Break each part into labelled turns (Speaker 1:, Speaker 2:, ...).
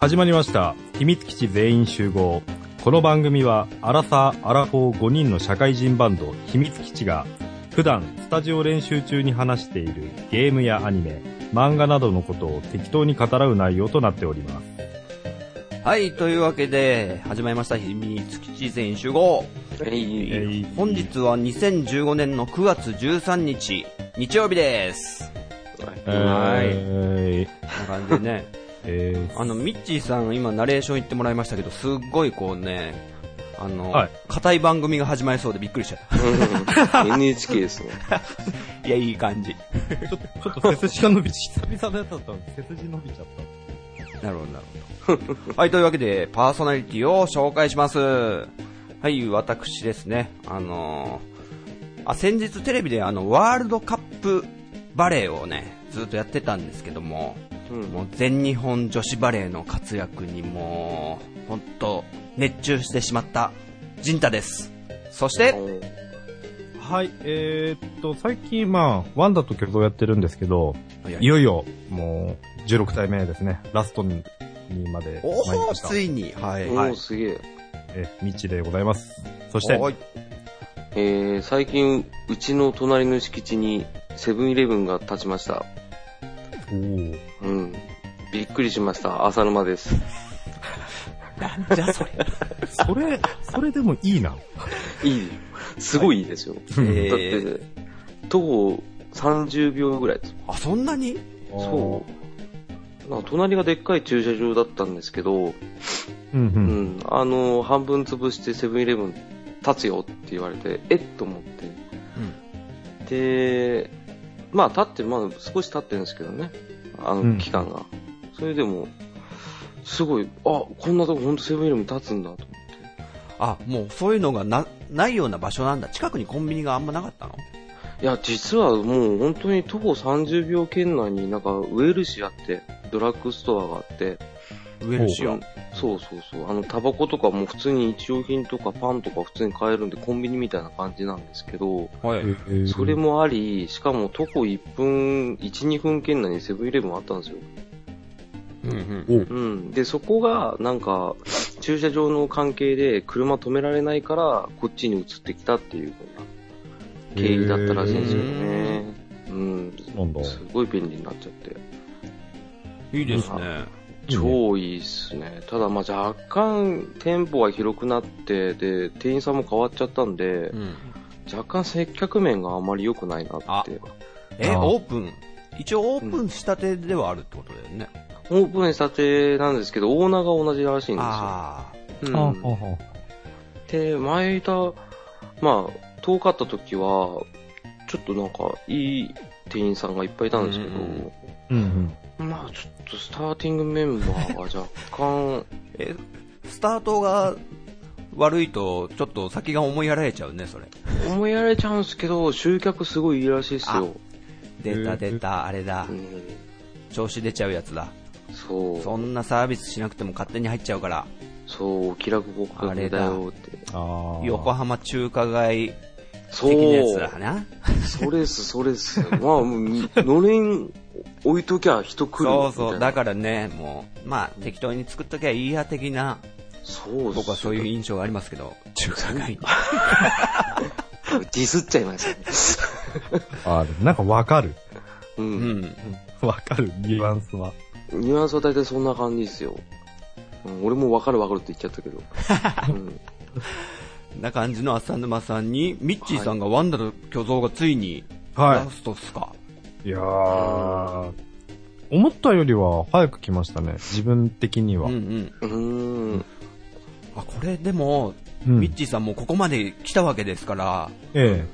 Speaker 1: 始まりました秘密基地全員集合この番組はアラサー・アラフォー5人の社会人バンド秘密基地が普段スタジオ練習中に話しているゲームやアニメ漫画などのことを適当に語らう内容となっております
Speaker 2: はい、というわけで、始まりました、秘密基地全員集合。
Speaker 1: えい
Speaker 2: 本日は2015年の9月13日、日曜日です。
Speaker 1: えー
Speaker 2: こんな感じでね。
Speaker 1: えー
Speaker 2: あの、ミッチーさん、今ナレーション言ってもらいましたけど、すっごいこうね、あの、
Speaker 1: はい
Speaker 2: 硬い番組が始まりそうでびっくりしちゃっ
Speaker 3: うん NHK ですね。
Speaker 2: た。いや、いい感 じ。
Speaker 1: ちょっと、ちょっと背筋が伸びちゃった。久々のやつだったの背筋伸びちゃった。
Speaker 2: なるほど、なるほど。はい、と いうわけで、パーソナリティを紹介します。はい、私ですね。あのーあ、先日テレビであの、ワールドカップバレーをね、ずっとやってたんですけども、もう全日本女子バレーの活躍にもう、ほんと、熱中してしまった、ジンタです。そして、
Speaker 1: はい、えー、っと、最近、まあ、ワンダと曲をやってるんですけど、
Speaker 2: いや
Speaker 1: いよいよ、もう、16体目ですね。ラストにまで
Speaker 2: お
Speaker 1: 参り
Speaker 2: お
Speaker 1: ました
Speaker 2: つ。いに、はい。
Speaker 3: お
Speaker 2: は
Speaker 3: ー
Speaker 2: い。
Speaker 3: すげえ。
Speaker 1: え、ミッチでございます。そして、
Speaker 2: おい
Speaker 3: えー、最近、うちの隣の敷地にセブンイレブンが建ちました。
Speaker 1: おー
Speaker 3: うん。びっくりしました。浅沼です。
Speaker 2: なんじゃ それ。
Speaker 1: それ、 それでもいいな。
Speaker 3: いい。すごいいいですよ。
Speaker 2: え
Speaker 3: だっ
Speaker 2: ー、
Speaker 3: て、徒歩30秒ぐらいです。
Speaker 2: あ、そんなに
Speaker 3: そう。なんか隣がでっかい駐車場だったんですけど、
Speaker 1: う。うんう。
Speaker 3: うんん、あの、半分潰してセブンイレブン立つよって言われて、えっと思って。で、まあ立ってる、まあ少し経ってるんですけどね、あ
Speaker 1: うん
Speaker 3: の期間が。それでも、すごい、あ、こんなとこほんとセブンイレブン立つんだと。
Speaker 2: あ、もうそういうのがな、ないような場所なんだ。近くにコンビニがあんまなかったの
Speaker 3: いや、実はもう本当に徒歩30秒圏内になんかウェルシアって、ドラッグストアがあって、
Speaker 2: ウェルシア
Speaker 3: うん。そうそうそう。あの、タバコとかも普通に日用品とかパンとか普通に買えるんでコンビニみたいな感じなんですけど、
Speaker 2: は
Speaker 1: え。ー
Speaker 3: それ、もあり、しかも徒歩1分、1、2分圏内にセブンイレブンあったんですよ。
Speaker 2: うんうん。
Speaker 1: おう
Speaker 3: うん。で、そこが、なんか、駐車場の関係で車止められないから、こっちに移ってきたっていうような経緯だったらしいんですよね。うん。
Speaker 1: なんだ。
Speaker 3: すごい便利になっちゃって。
Speaker 2: いいですね。
Speaker 3: 超いいっすね。ただ、まあ若干、店舗が広くなって、で、店員さんも変わっちゃったんで、
Speaker 2: ん。
Speaker 3: 若干接客面があまり良くないな
Speaker 2: あ
Speaker 3: って。
Speaker 2: え、
Speaker 1: あー
Speaker 2: オープン。一応オープンしたてではあるってことだよね。
Speaker 3: オープンしたてなんですけど、オーナーが同じらしいんですよ。
Speaker 2: あ
Speaker 3: うん
Speaker 1: あ、ほうほう
Speaker 3: で、前いた、まあ、遠かった時は、ちょっとなんか、いい店員さんがいっぱいいたんですけど、
Speaker 2: うん
Speaker 1: うん
Speaker 3: まあ、ちょっとスターティングメンバーが若干、
Speaker 2: あ。え、スタートが悪いと、ちょっと先が思いやられちゃうね、それ。
Speaker 3: 思いやられちゃうんですけど、集客すごいいいらしいですよ。
Speaker 2: 出た出た、あれだ
Speaker 3: う。ん、
Speaker 2: 調子出ちゃうやつだ。
Speaker 3: そう、そ
Speaker 2: そんなサービスしなくても勝手に入っちゃうから。
Speaker 3: う、お気楽ごっこだよって。
Speaker 1: ああ。
Speaker 2: 横浜中華街
Speaker 3: そ
Speaker 2: 的なやつ
Speaker 3: う、
Speaker 2: だな。
Speaker 3: それっす、それっす。 まあ、もうのれん置いときゃ人来るみたい
Speaker 2: そ
Speaker 3: な。
Speaker 2: うそう、だからね、もう、まあ、適当に作っときゃいいや的な、
Speaker 3: そうっす
Speaker 2: 僕はそういう印象がありますけど、中華街に。
Speaker 3: ディスっちゃいました、 ね。
Speaker 1: あーなんかわかる。
Speaker 3: う。
Speaker 2: うんん。
Speaker 1: わかる、ニュアンスは。
Speaker 3: ニュアンスは大体そんな感じですよ。うん、俺もわかるわかるって言っちゃっ たけど。うん、
Speaker 2: な感じの浅沼さんに、ミッチーさんがワンダの巨像がついに、
Speaker 1: はい
Speaker 2: ラストっすか。
Speaker 1: いやー、思ったよりは早く来ましたね、自分的には。
Speaker 2: うんうん。
Speaker 3: うーん。
Speaker 2: あ、これでも、
Speaker 1: うん
Speaker 2: ミッチーさんもここまで来たわけですから、
Speaker 1: え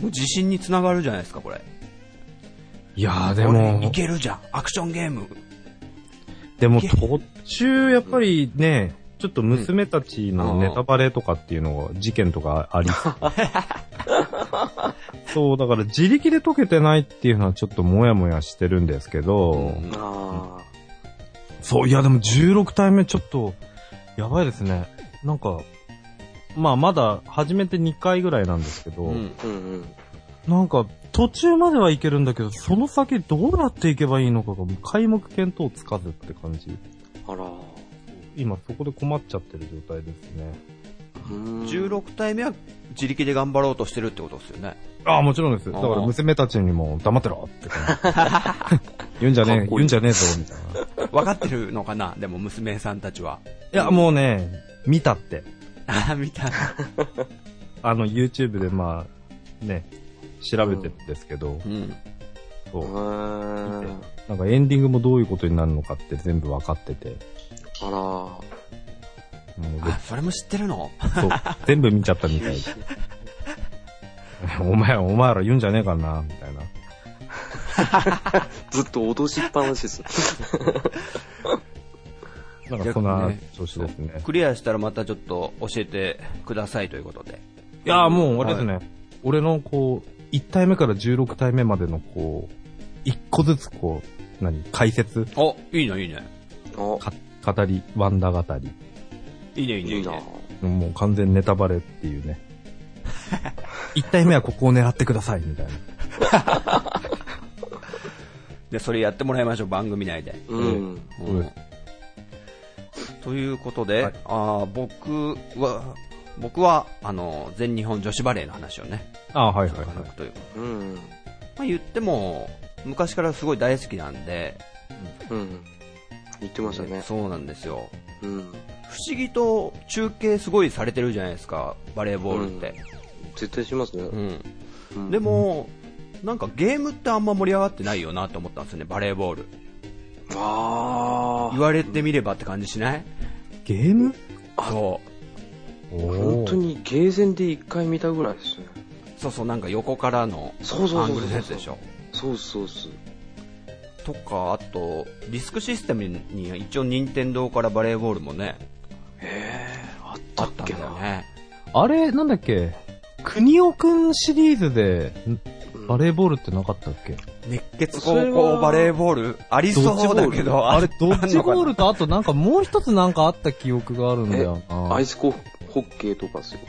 Speaker 2: もう自信につながるじゃないですか、これ。
Speaker 1: え。いやー、で
Speaker 2: これい
Speaker 1: も、
Speaker 2: けるじゃん。アクションゲーム。
Speaker 1: でも途中、やっぱりね、ちょっと娘たちの
Speaker 2: うん
Speaker 1: ネタバレとかっていうのが、事件とかありそう。 そう、だから自力で解けてないっていうのはちょっともやもやしてるんですけど、
Speaker 2: うん
Speaker 3: あ
Speaker 1: そう、いやでも16体目ちょっと、やばいですね。なんか、まあまだ始めて2回ぐらいなんですけど、
Speaker 2: うん。
Speaker 3: あ。うんうん。
Speaker 1: なんか、途中まではいけるんだけど、その先どうやっていけばいいのかが、もう皆目見当つかずって感じ。
Speaker 3: あら。
Speaker 1: 今そこで困っちゃってる状態ですね。
Speaker 3: うん
Speaker 2: 16体目は自力で頑張ろうとしてるってことですよね。
Speaker 1: ああ、もちろんです。だから娘たちにも黙ってろって感 じ言うんじゃね
Speaker 3: か
Speaker 1: え、
Speaker 3: っこ
Speaker 1: 言う
Speaker 3: いい
Speaker 1: んじゃねえぞ、みたいな。い
Speaker 2: 分かってるのかなでも娘さんたちは。
Speaker 1: や、もうね、見たって。
Speaker 2: ああ、見た。
Speaker 1: あの、YouTube でまあ、ね、調べてるんですけど、
Speaker 2: うん。
Speaker 1: そうう。
Speaker 3: ーん
Speaker 1: なんかエンディングもどういうことになるのかって全部分かってて、
Speaker 3: あら
Speaker 1: も う
Speaker 2: あ、それも知ってるの
Speaker 1: そう全部見ちゃったみ たいで。お前、お前ら言うんじゃねえかな、みたいな。
Speaker 3: ずっと脅しっぱな しです。
Speaker 1: なんかそんな
Speaker 2: 逆にね
Speaker 1: 調子ですね。
Speaker 2: クリアしたらまたちょっと教えてくださいということで。
Speaker 1: いやーもう、あれですね、俺のこう、1体目から16体目までのこう、1個ずつこう、何、解説、
Speaker 2: お、いいね、いいね。
Speaker 3: お
Speaker 1: か語り、ワンダ語り。
Speaker 2: いいね、いいね、
Speaker 3: い
Speaker 2: い
Speaker 3: い
Speaker 2: い
Speaker 3: な
Speaker 2: ね。
Speaker 1: もう完全ネタバレっていう ね。1体目はここを狙ってください、みたいな。
Speaker 2: で、それやってもらいましょう、番組内で。
Speaker 3: うん。
Speaker 1: うん
Speaker 2: うんということで、
Speaker 1: はい
Speaker 2: あー僕は、僕は、あの、全日本女子バレーの話をね、
Speaker 1: ああ、はい
Speaker 2: ちょ
Speaker 1: は
Speaker 2: っ
Speaker 1: い
Speaker 2: と
Speaker 1: は
Speaker 2: 軽
Speaker 1: い。
Speaker 2: くというか
Speaker 3: うん。
Speaker 2: まあ言っても、昔からすごい大好きなんで、
Speaker 3: うん。言ってましたね。
Speaker 2: そうなんですよ。
Speaker 3: うん。
Speaker 2: 不思議と中継すごいされてるじゃないですか、バレーボールって。
Speaker 3: 絶対しますね。
Speaker 2: うん
Speaker 3: うん
Speaker 2: で、も、なんかゲームってあんま盛り上がってないよなって思ったんですよね、バレーボール。
Speaker 3: あ
Speaker 2: 言われてみればって感じしない
Speaker 1: ゲーム
Speaker 2: そ
Speaker 1: お
Speaker 2: う。
Speaker 3: あ。本当
Speaker 1: ー
Speaker 3: にゲーセンで一回見たぐらいですね。
Speaker 2: そうそう、なんか横からの
Speaker 3: そうそう
Speaker 2: ア
Speaker 3: そ
Speaker 2: ング
Speaker 3: う
Speaker 2: ル
Speaker 3: そう
Speaker 2: のやつでしょ。
Speaker 3: そうそうそう。
Speaker 2: とか、あと、ディスクシステムに一応任天堂からバレーボールもね、
Speaker 3: ええ、あっ
Speaker 2: あ
Speaker 3: たっ
Speaker 2: ったん
Speaker 3: け
Speaker 2: だよ
Speaker 3: な。
Speaker 2: ね。
Speaker 1: あれ、なんだっけ国尾くんシリーズで、
Speaker 3: うん
Speaker 1: バレーボールってなかったっけ
Speaker 2: 熱血
Speaker 3: それ
Speaker 2: 高校
Speaker 3: は
Speaker 2: バレーボールありそうだけど、
Speaker 1: あれ、ドッジボー
Speaker 2: ル
Speaker 1: ルと、あとなんかもう一つなんかあった記憶があるんだよな。
Speaker 3: アイスコホッケーとかですよ。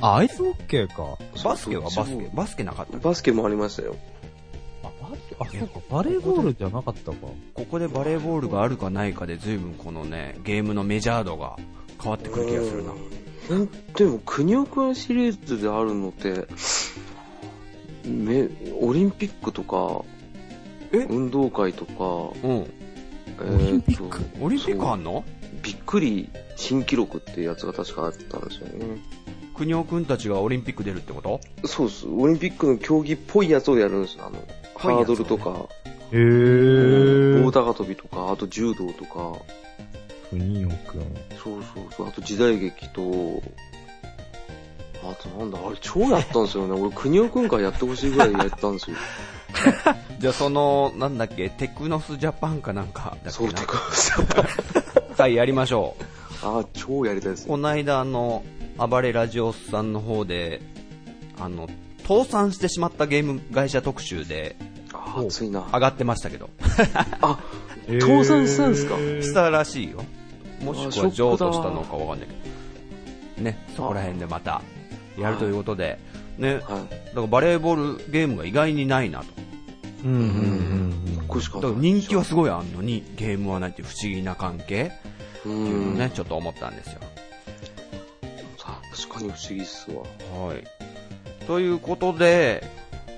Speaker 1: あアイスホッケーか。
Speaker 2: バスケはバ
Speaker 3: そう
Speaker 2: スケ、バスケなかった
Speaker 3: バスケもありましたよ。
Speaker 1: あ、バスケ、あ、そうか、バレーボールじゃなかったか。
Speaker 2: ここでバレーボールがあるかないかで随分このね、ゲームのメジャー度が変わってくる気がするな。
Speaker 3: うん。なんでも、くにおくんシリーズであるのって、めオリンピックとか、
Speaker 2: え
Speaker 3: 運動会とか、
Speaker 2: うん。
Speaker 3: え
Speaker 1: リンピ
Speaker 3: ー
Speaker 1: ック
Speaker 3: と、
Speaker 2: オリンピックあんの
Speaker 3: びっくり新記録っていうやつが確かあったんですよね。
Speaker 2: 国尾くんたちがオリンピック出るってこと
Speaker 3: そうっす。オリンピックの競技っぽいやつをやるんですよ。あの、
Speaker 2: ぽい
Speaker 3: ハ
Speaker 2: やつをね
Speaker 3: ードルとか、
Speaker 1: へ
Speaker 3: 棒
Speaker 1: ぇー。
Speaker 3: 高跳びとか、あと柔道とか、
Speaker 1: 国尾くん。
Speaker 3: そうそうそう、あと時代劇と、あとなんだ、あれ超やったんですよね。俺、国尾くんからやってほしいぐらいやったんですよ。
Speaker 2: じゃあその、なんだっけ、テクノスジャパンかなんかだっ
Speaker 3: そう
Speaker 2: け
Speaker 3: て
Speaker 2: な。
Speaker 3: か、
Speaker 2: さあやりましょう。
Speaker 3: あー超やりたいですね。
Speaker 2: この間あの、暴れラジオスさんの方で、あの、倒産してしまったゲーム会社特集で
Speaker 3: あー熱いな。
Speaker 2: 上がってましたけど、
Speaker 3: あ、倒産したんですか
Speaker 2: したらしいよ。もし
Speaker 3: あシ
Speaker 2: く
Speaker 3: ョッ
Speaker 2: は
Speaker 3: クだ
Speaker 2: 譲渡したのかわかんないけど。ね、そこら辺でまたやるということで、ね、だか
Speaker 3: はい。
Speaker 2: らバレーボールゲームが意外にないなと。
Speaker 1: うんうんうんうん。
Speaker 3: これしか
Speaker 2: だから人気はすごいあんのに、ゲームはないっていう不思議な関係
Speaker 3: う
Speaker 2: っていうのを
Speaker 3: ん。
Speaker 2: ね、
Speaker 3: ね。
Speaker 2: ちょっと思ったんですよ。
Speaker 3: 確かに不思議っすわ。
Speaker 2: はい。ということで、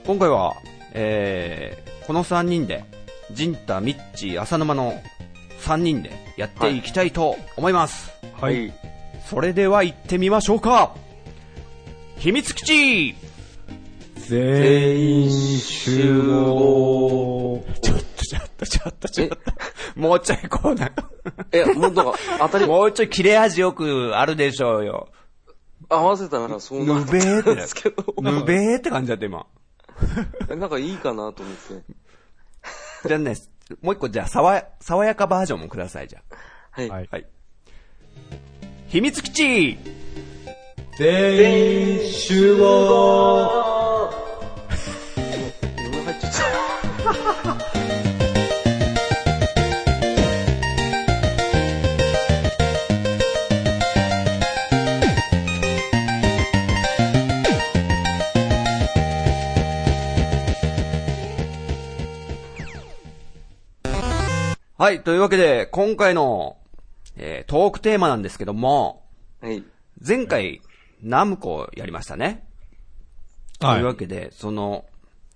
Speaker 2: 今回は、えー、この3人で、ジンタ、ミッチー、浅沼の3人でやっていきたいと思います。
Speaker 1: はい。
Speaker 2: それでは行ってみましょうか秘密基地
Speaker 1: 全員集合。
Speaker 2: ちょっとちょっとちょっとちょっと。もうちょいこうな。
Speaker 3: え、もうだから、当たり、
Speaker 2: もうちょい切れ味よくあるでしょうよ。
Speaker 3: 合わせたならそうな
Speaker 2: ぬ
Speaker 3: る
Speaker 2: べーってな
Speaker 3: んで
Speaker 2: る
Speaker 3: すけど。
Speaker 2: ぬべーって感じだった今。
Speaker 3: えなんかいいかなと思って。
Speaker 2: じゃあね、もう一個じゃあ、爽や爽やかバージョンもください、じゃあ。
Speaker 3: はい。
Speaker 1: はい
Speaker 2: はい。秘密基地
Speaker 1: 全員集合
Speaker 3: お腹入っちゃった。
Speaker 2: はい、というわけで、今回の、えートークテーマなんですけども、
Speaker 3: はい。
Speaker 2: 前回、ナムコやりましたね。というわ
Speaker 1: は
Speaker 2: けで、その、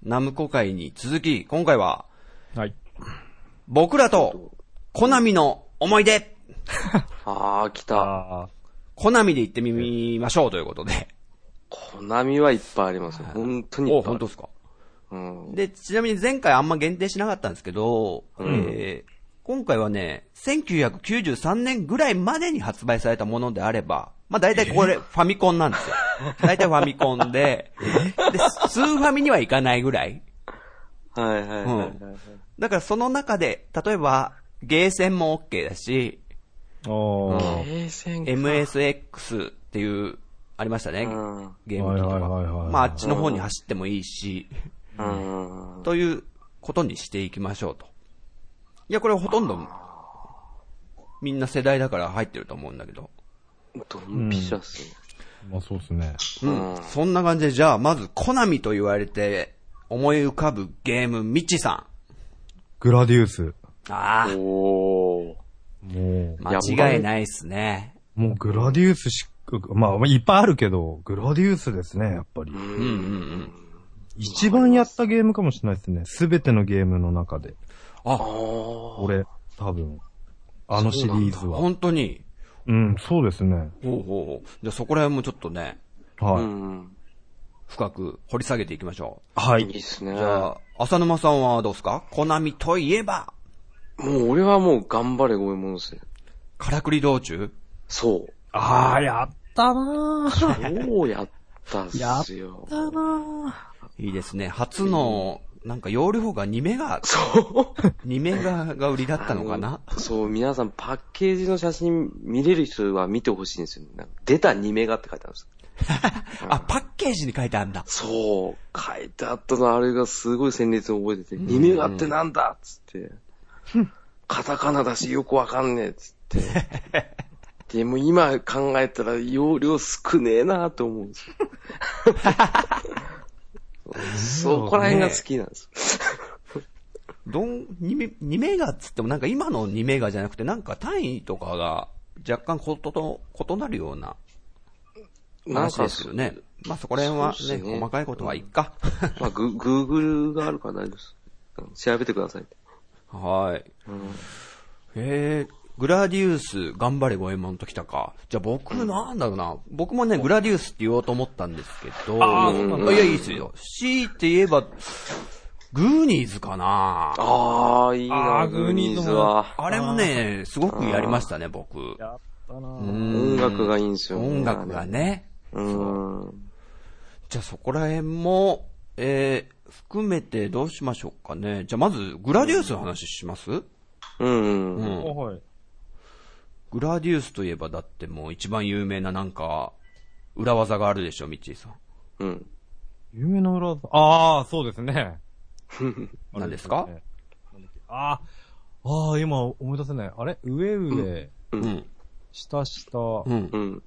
Speaker 2: ナムコ会に続き、今回は、
Speaker 1: い。はい。
Speaker 2: 僕らと、コナミの思い出
Speaker 3: あー、来た。
Speaker 1: あ
Speaker 2: コナミで行ってみましょうということで。
Speaker 3: コナミはいっぱいありますよ。本当にい
Speaker 2: お、
Speaker 3: っぱい
Speaker 2: 本
Speaker 3: あ
Speaker 2: 当
Speaker 3: る。
Speaker 2: ですか。
Speaker 3: うん。
Speaker 2: で、ちなみに前回あんま限定しなかったんですけど、
Speaker 3: うん
Speaker 2: えー今回はね、1993年ぐらいまでに発売されたものであれば、まあ大体これ、ファミコンなん ですよ。大体ファミコンで、で、スーファミにはいかないぐらい。
Speaker 3: はいはいはいはいはい。
Speaker 2: だからその中で、例えば、ゲーセンも OK だし、
Speaker 1: あ。おー。
Speaker 3: ゲーセンか
Speaker 2: MSX っていう、ありましたね。
Speaker 3: うん
Speaker 2: ゲーム機とか。
Speaker 1: はいはいはいはい
Speaker 2: まああっちの方に走ってもいいし、
Speaker 3: うん。
Speaker 2: ということにしていきましょうと。いや、これほとんど、みんな世代だから入ってると思うんだけど。
Speaker 3: ドンピシャっすね。
Speaker 1: まあそうですね。
Speaker 2: うん。
Speaker 3: うん
Speaker 2: そんな感じで、じゃあ、まず、コナミと言われて、思い浮かぶゲーム、ミチさ
Speaker 1: グラディウス。
Speaker 2: ん。ああ、
Speaker 3: お
Speaker 1: も
Speaker 3: ー。
Speaker 1: う、
Speaker 2: 間違いないっすね。
Speaker 1: もうグラディウスしか、まあいっぱいあるけど、グラディウスですね、やっぱり。
Speaker 2: うんうんうん。
Speaker 1: 一番やったゲームかもしれないですね。すべてのゲームの中で。
Speaker 3: あ
Speaker 2: あ、
Speaker 3: ー。
Speaker 1: 俺、多分。あのシリーズは。
Speaker 2: 本当に。
Speaker 1: うん、そうですね。
Speaker 2: ほうほうほう。じゃあ、そこら辺もちょっとね、
Speaker 1: はい。
Speaker 3: うん。
Speaker 2: 深く掘り下げていきましょ
Speaker 1: はい
Speaker 3: いっ
Speaker 1: い。
Speaker 3: すね。
Speaker 2: う。じゃあ、浅沼さんはどうですかコナミといえば、
Speaker 3: もう俺はもう頑張れごめんもんですね。
Speaker 2: からくり道中
Speaker 3: そう。
Speaker 1: あー、やったなー。
Speaker 3: そうやったっすよ。
Speaker 2: いいですね。初の、なんか容量が2メガ、
Speaker 3: そう。
Speaker 2: 2メガが売りだったのかな
Speaker 3: あのそう、皆さんパッケージの写真見れる人は見てほしいんですよ、ね。なんか出た2メガって書いてあるんですよ。
Speaker 2: あ、パッケージに書いてあるんだ。
Speaker 3: そう、書いてあったの、あれがすごい鮮烈に覚えてて、2メガってなんだっつって。カタカナだしよくわかんねえっつって。でも今考えたら容量少ねえなと思うん ですよ。そこら辺が好きなんです
Speaker 2: どん、2メ ,2 メガっつってもなんか今の2メガじゃなくてなんか単位とかが若干ことと異なるような
Speaker 3: よ。なん
Speaker 2: 話
Speaker 3: か
Speaker 2: で、すよね。まあそこら辺は
Speaker 3: そうっ
Speaker 2: ね、
Speaker 3: すね
Speaker 2: 細かいことはいっか。
Speaker 3: まあ、グーグルがあるから大丈夫です。うん調べてください。
Speaker 2: はい。へえ、グラディウス、頑張れゴエモンときたか。じゃあ僕、なんだろうな。僕もね、グラディウスって言おうと思ったんですけど。いや、いいですよ。C って言えば、グーニーズかな。
Speaker 3: ああ、いい
Speaker 1: あ
Speaker 3: な、
Speaker 1: ー
Speaker 3: グーニーズは。
Speaker 2: あれもね、すごくやりましたね、僕。
Speaker 1: やったなー。
Speaker 2: うん
Speaker 3: 音楽がいいんですよ。
Speaker 2: 音楽が。ね。
Speaker 3: うん。
Speaker 2: じゃあそこら辺も、えー、含めてどうしましょうかね。じゃあまず、グラディウスの話します
Speaker 3: うん。うん。
Speaker 1: あはい。
Speaker 2: グラディウスといえばだってもう一番有名ななんか、裏技があるでしょ、ミッチーさん。
Speaker 3: うん。
Speaker 1: 有名な裏技。ああ、そうですね。
Speaker 2: 何ですか
Speaker 1: ああ、ああ、今思い出せない。あれ上上、
Speaker 2: うん。
Speaker 1: 下下、
Speaker 2: うん。
Speaker 3: うん。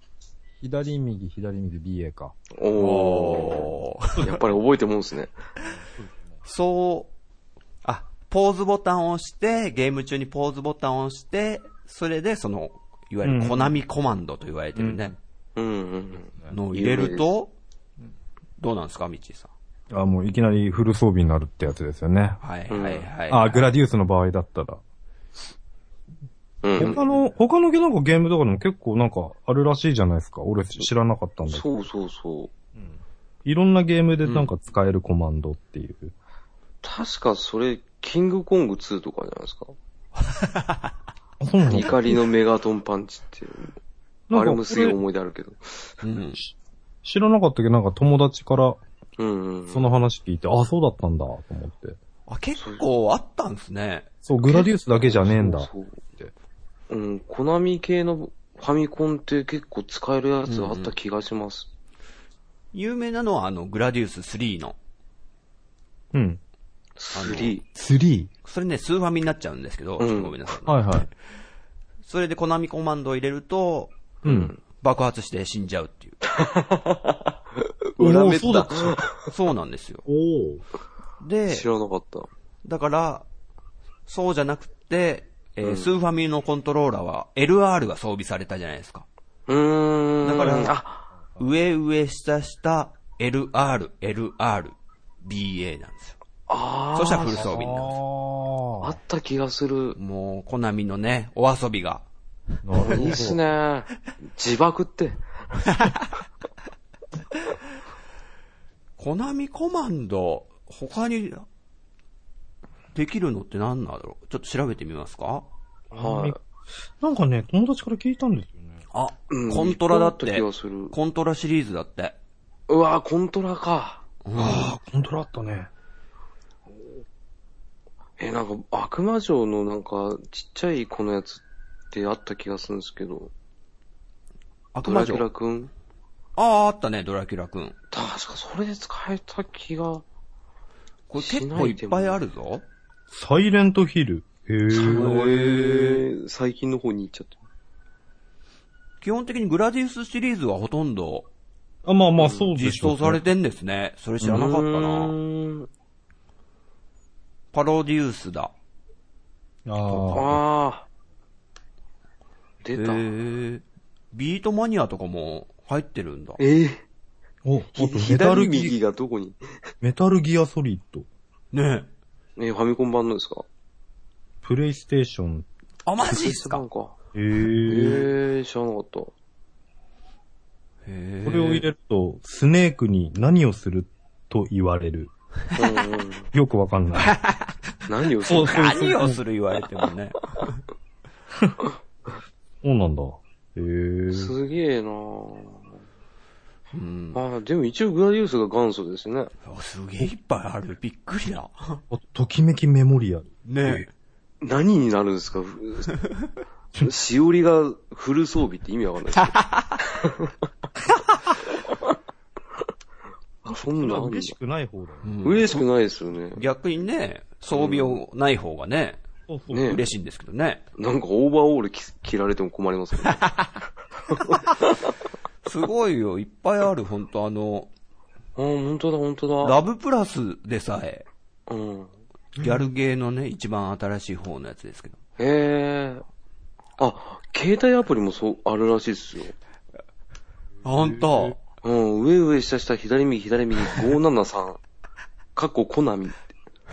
Speaker 1: 左右、左右、BA か。
Speaker 3: お
Speaker 2: お
Speaker 3: ー。 やっぱり覚えてもんですね。
Speaker 2: そう、あ、ポーズボタンを押して、ゲーム中にポーズボタンを押して、それでその、いわゆ
Speaker 1: う
Speaker 2: る
Speaker 1: ん
Speaker 2: コナミコマンドと言われてるね、
Speaker 3: うんうん。
Speaker 2: のを入れると、どうなんですか、ミッチーさん。
Speaker 1: ああ、もういきなりフル装備になるってやつですよね。
Speaker 2: はいはいはい。
Speaker 1: ああ、グラディウスの場合だったら。
Speaker 3: うん。
Speaker 1: 他の、他のなんかゲームとかでも結構なんかあるらしいじゃないですか。俺知らなかったんだけど。
Speaker 3: そうそうそう。
Speaker 1: いろんなゲームでなんか使えるコマンドっていう。
Speaker 3: 確かそれ、キングコング2とかじゃないですか。
Speaker 1: あ、そうなの
Speaker 3: 怒りのメガトンパンチっていう。
Speaker 1: なんか
Speaker 3: あれもすげえ
Speaker 1: これ
Speaker 3: 思い出あるけど。
Speaker 2: うん。
Speaker 1: 知らなかったけど、なんか友達から
Speaker 3: うんうん。
Speaker 1: その話聞いて、ああ、そうだったんだ、と思って。
Speaker 2: あ、結構あったんですね。
Speaker 1: そう、グラディウスだけじゃねえんだ。
Speaker 3: そうそう。うん。コナミ系のファミコンって結構使えるやつあった気がします。
Speaker 2: 有名なのはあの、グラディウス3の。
Speaker 1: うん。
Speaker 3: 3。
Speaker 1: 3?
Speaker 2: それね、スーファミになっちゃうんですけど、
Speaker 3: うん
Speaker 2: ちょっとごめんなさい、
Speaker 1: はいはい。
Speaker 2: それでコナミコマンドを入れると、
Speaker 1: うん。
Speaker 2: 爆発して死んじゃうっていう。
Speaker 3: 裏目った
Speaker 1: おーそうだった
Speaker 2: そうなんですよ。
Speaker 1: おお。
Speaker 2: で、
Speaker 3: 知らなかった。
Speaker 2: だから、そうじゃなくて、えースーファミのコントローラーは LR が装備されたじゃないですか。
Speaker 3: うーん。
Speaker 2: だから
Speaker 3: あ、
Speaker 2: 上上下下 LR、LR、BA なんですよ。
Speaker 3: あー
Speaker 2: そしたらフル装備になるんですよ。
Speaker 3: あ
Speaker 1: あ
Speaker 3: った気がする。
Speaker 2: もう、コナミのね、お遊びが。
Speaker 1: あ。なるほど
Speaker 3: いいっす。ね。自爆って。
Speaker 2: コナミコマンド、他に、できるのって何なんだろうちょっと調べてみますか
Speaker 3: はい。
Speaker 1: なんかね、友達から聞いたんですよね。
Speaker 2: あ、
Speaker 3: うん
Speaker 2: コントラだっ
Speaker 3: 一
Speaker 2: て
Speaker 3: 個あった気がする、
Speaker 2: コントラシリーズだって。
Speaker 3: うわコントラか。
Speaker 1: ああ、コントラあったね。
Speaker 3: え、なんか、悪魔城のなんか、ちっちゃい子のやつってあった気がするんですけど。
Speaker 2: 悪
Speaker 3: ド
Speaker 2: 魔
Speaker 3: ラキュ
Speaker 2: 城
Speaker 3: ラ。くん
Speaker 2: ああ、あったね、ドラキュラくん。
Speaker 3: 確かそれで使えた気が。
Speaker 2: これ結構いっぱいあるぞ。
Speaker 1: サイレントヒル。へ
Speaker 2: う
Speaker 1: え。
Speaker 2: ん
Speaker 3: ー最近の方に行っちゃった。
Speaker 2: 基本的にグラディウスシリーズはほとんど
Speaker 1: あ、まあまあ、そうで
Speaker 2: 実
Speaker 1: しょうね
Speaker 2: 装されてんですね。それ知らなかった
Speaker 3: う
Speaker 2: な。
Speaker 3: ーん
Speaker 2: パロディウスだ。
Speaker 1: ああ。
Speaker 3: ああ。
Speaker 2: へ
Speaker 3: 出た。
Speaker 2: ービートマニアとかも入ってるんだ。
Speaker 3: ええ
Speaker 1: お、あと
Speaker 3: ひ
Speaker 1: メタル
Speaker 3: 左
Speaker 1: ギ
Speaker 3: 右、がどこに
Speaker 1: メタルギアソリッド。
Speaker 2: ねえ。
Speaker 3: え、ファミコン版のですか
Speaker 1: プレイステーション。
Speaker 2: あ、マジっす
Speaker 3: な
Speaker 2: か
Speaker 3: んか。
Speaker 1: へ
Speaker 3: ええ
Speaker 1: え。
Speaker 3: 知らなかった。
Speaker 2: へ
Speaker 1: これを入
Speaker 2: ー
Speaker 1: れると、スネークに何をすると言われる。
Speaker 3: うんうん、
Speaker 1: よくわかん ない。
Speaker 3: 何をす
Speaker 1: そうそ
Speaker 3: る
Speaker 1: うそう
Speaker 2: 何をする言われてもね。
Speaker 1: そうなんだ。へえ。
Speaker 3: すげえな
Speaker 2: うん。
Speaker 3: ああ、でも一応グラディウスが元祖ですね。
Speaker 2: あすげえいっぱいある。びっくりだ。
Speaker 1: あときめきメモリアル。
Speaker 2: ねえ。
Speaker 3: 何になるんですかふしおりがフル装備って意味わかんない ですけどあ、そんなんあんの
Speaker 1: 嬉しくない方だよ。
Speaker 2: うん
Speaker 3: 嬉しくないですよね。
Speaker 2: 逆にね、装備をない方がね、
Speaker 1: そうそう。
Speaker 3: ね
Speaker 2: 嬉しいんですけどね。
Speaker 3: なんかオーバーオール着着られても困りますよね。
Speaker 2: すごいよ。いっぱいある。ほんとあの、
Speaker 3: ああ、本当だ、本当だ。
Speaker 2: ラブプラスでさえ、
Speaker 3: うん。
Speaker 2: ギャルゲーのね、一番新しい方のやつですけど。
Speaker 3: へえ。あ、携帯アプリもそう、あるらしいですよ。
Speaker 2: ほんと
Speaker 3: うん、上上下下左右左右573。か っこコナミ。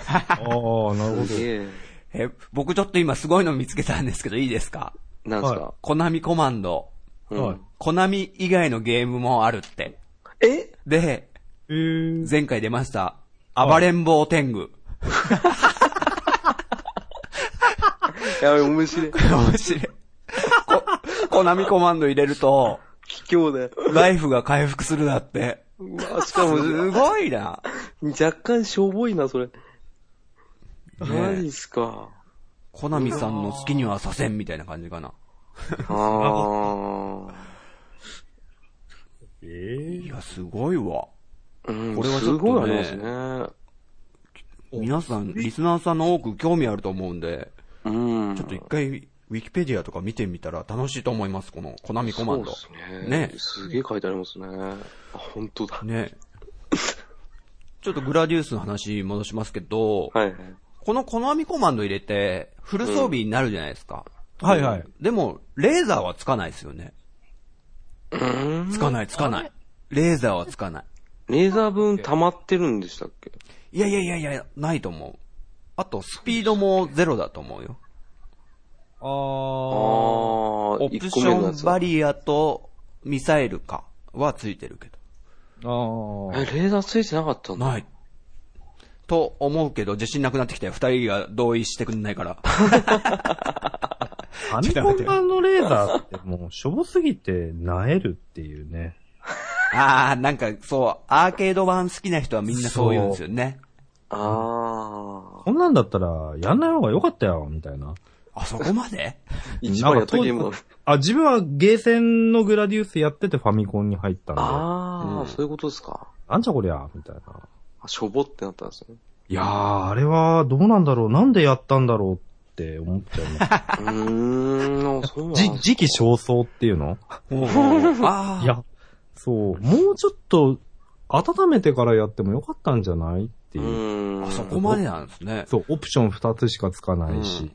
Speaker 1: ああ、なるほど。
Speaker 3: すげえ。
Speaker 2: え、僕ちょっと今すごいの見つけたんですけど、いいですか
Speaker 3: なんすか、
Speaker 1: は
Speaker 2: コナミコマンド。
Speaker 3: うん
Speaker 1: はい
Speaker 2: コナミ以外のゲームもあるって。
Speaker 3: え
Speaker 2: で、
Speaker 1: へえ。
Speaker 2: 前回出ました、暴れん坊天狗。
Speaker 3: やべ、面白 い。
Speaker 2: 面白い。こコナミコマンド入れると、
Speaker 3: 卑怯だよ。
Speaker 2: ライフが回復するだって。
Speaker 3: うわ、しかも、
Speaker 2: すごいな。
Speaker 3: 若干しょぼいな、それ。何すか。
Speaker 2: コナミさんの好きにはさせんみたいな感じかな。
Speaker 3: あ
Speaker 1: え
Speaker 2: いや、すごいわ。
Speaker 3: あ。うん、
Speaker 2: これはち
Speaker 3: す
Speaker 2: ょっとね
Speaker 3: ごいありますね。
Speaker 2: 皆さん、リスナーさんの多く興味あると思うんで、
Speaker 3: うん。
Speaker 2: ちょっと一回、ウィキペディアとか見てみたら楽しいと思います、この、コナミコマンド。
Speaker 3: そうですね。
Speaker 2: ね
Speaker 3: すげえ書いてありますね。あ、本当だ。
Speaker 2: ね。ちょっとグラディウスの話戻しますけど、
Speaker 3: はい。
Speaker 2: このコナミコマンド入れて、フル装備になるじゃないですか。
Speaker 1: はいはい。
Speaker 2: でも、レーザーはつかないですよね。
Speaker 3: うん。
Speaker 2: つかない、つかない。レーザーはつかない。
Speaker 3: レーザー分溜まってるんでしたっけ
Speaker 2: いやいやいやいや、ないと思う。あと、スピードもゼロだと思うよ。
Speaker 1: あ
Speaker 3: あ
Speaker 1: あ。
Speaker 3: あ
Speaker 2: オプシ
Speaker 3: 一個目のや
Speaker 2: ョン
Speaker 3: つ
Speaker 2: バリアとミサイルかはついてる
Speaker 1: あ
Speaker 2: け
Speaker 3: え、レ
Speaker 1: あ。
Speaker 3: ーザーついてなかった
Speaker 2: ど。
Speaker 3: んだ。
Speaker 2: ない。と思うけど、自信なくなってきたよ。二人が同意してくんないから。
Speaker 1: ファミコン版のレーザーってもう、しょぼすぎて、なえるっていうね。
Speaker 2: ああ、なんかそう、アーケード版好きな人はみんなそう言うんですよね。
Speaker 3: ああ。
Speaker 1: こんなんだったら、やんない方が良かったよ、みたいな。
Speaker 2: あ、そこまで
Speaker 3: 一番やったゲー
Speaker 1: な
Speaker 3: ム
Speaker 1: んか
Speaker 3: だ
Speaker 1: 当時あ、自分はゲーセンのグラディウスやっててファミコンに入ったんで、
Speaker 3: ああ、
Speaker 2: うん
Speaker 3: そういうことですか。
Speaker 1: なんじゃこりゃ、みたいな。
Speaker 3: あしょぼってなったんですね。
Speaker 1: いやー、あれはどうなんだろう、なんでやったんだろうって思っちゃうね。
Speaker 3: うーん、あそうな ん
Speaker 1: じ、 時期尚早っていうの
Speaker 2: おー ああ。
Speaker 1: いや、そう、もうちょっと、温めてからやってもよかったんじゃないって
Speaker 3: う
Speaker 1: いう。
Speaker 3: ーん。
Speaker 2: あそこまでなんですね。
Speaker 1: そう、オプション2つしかつかないし。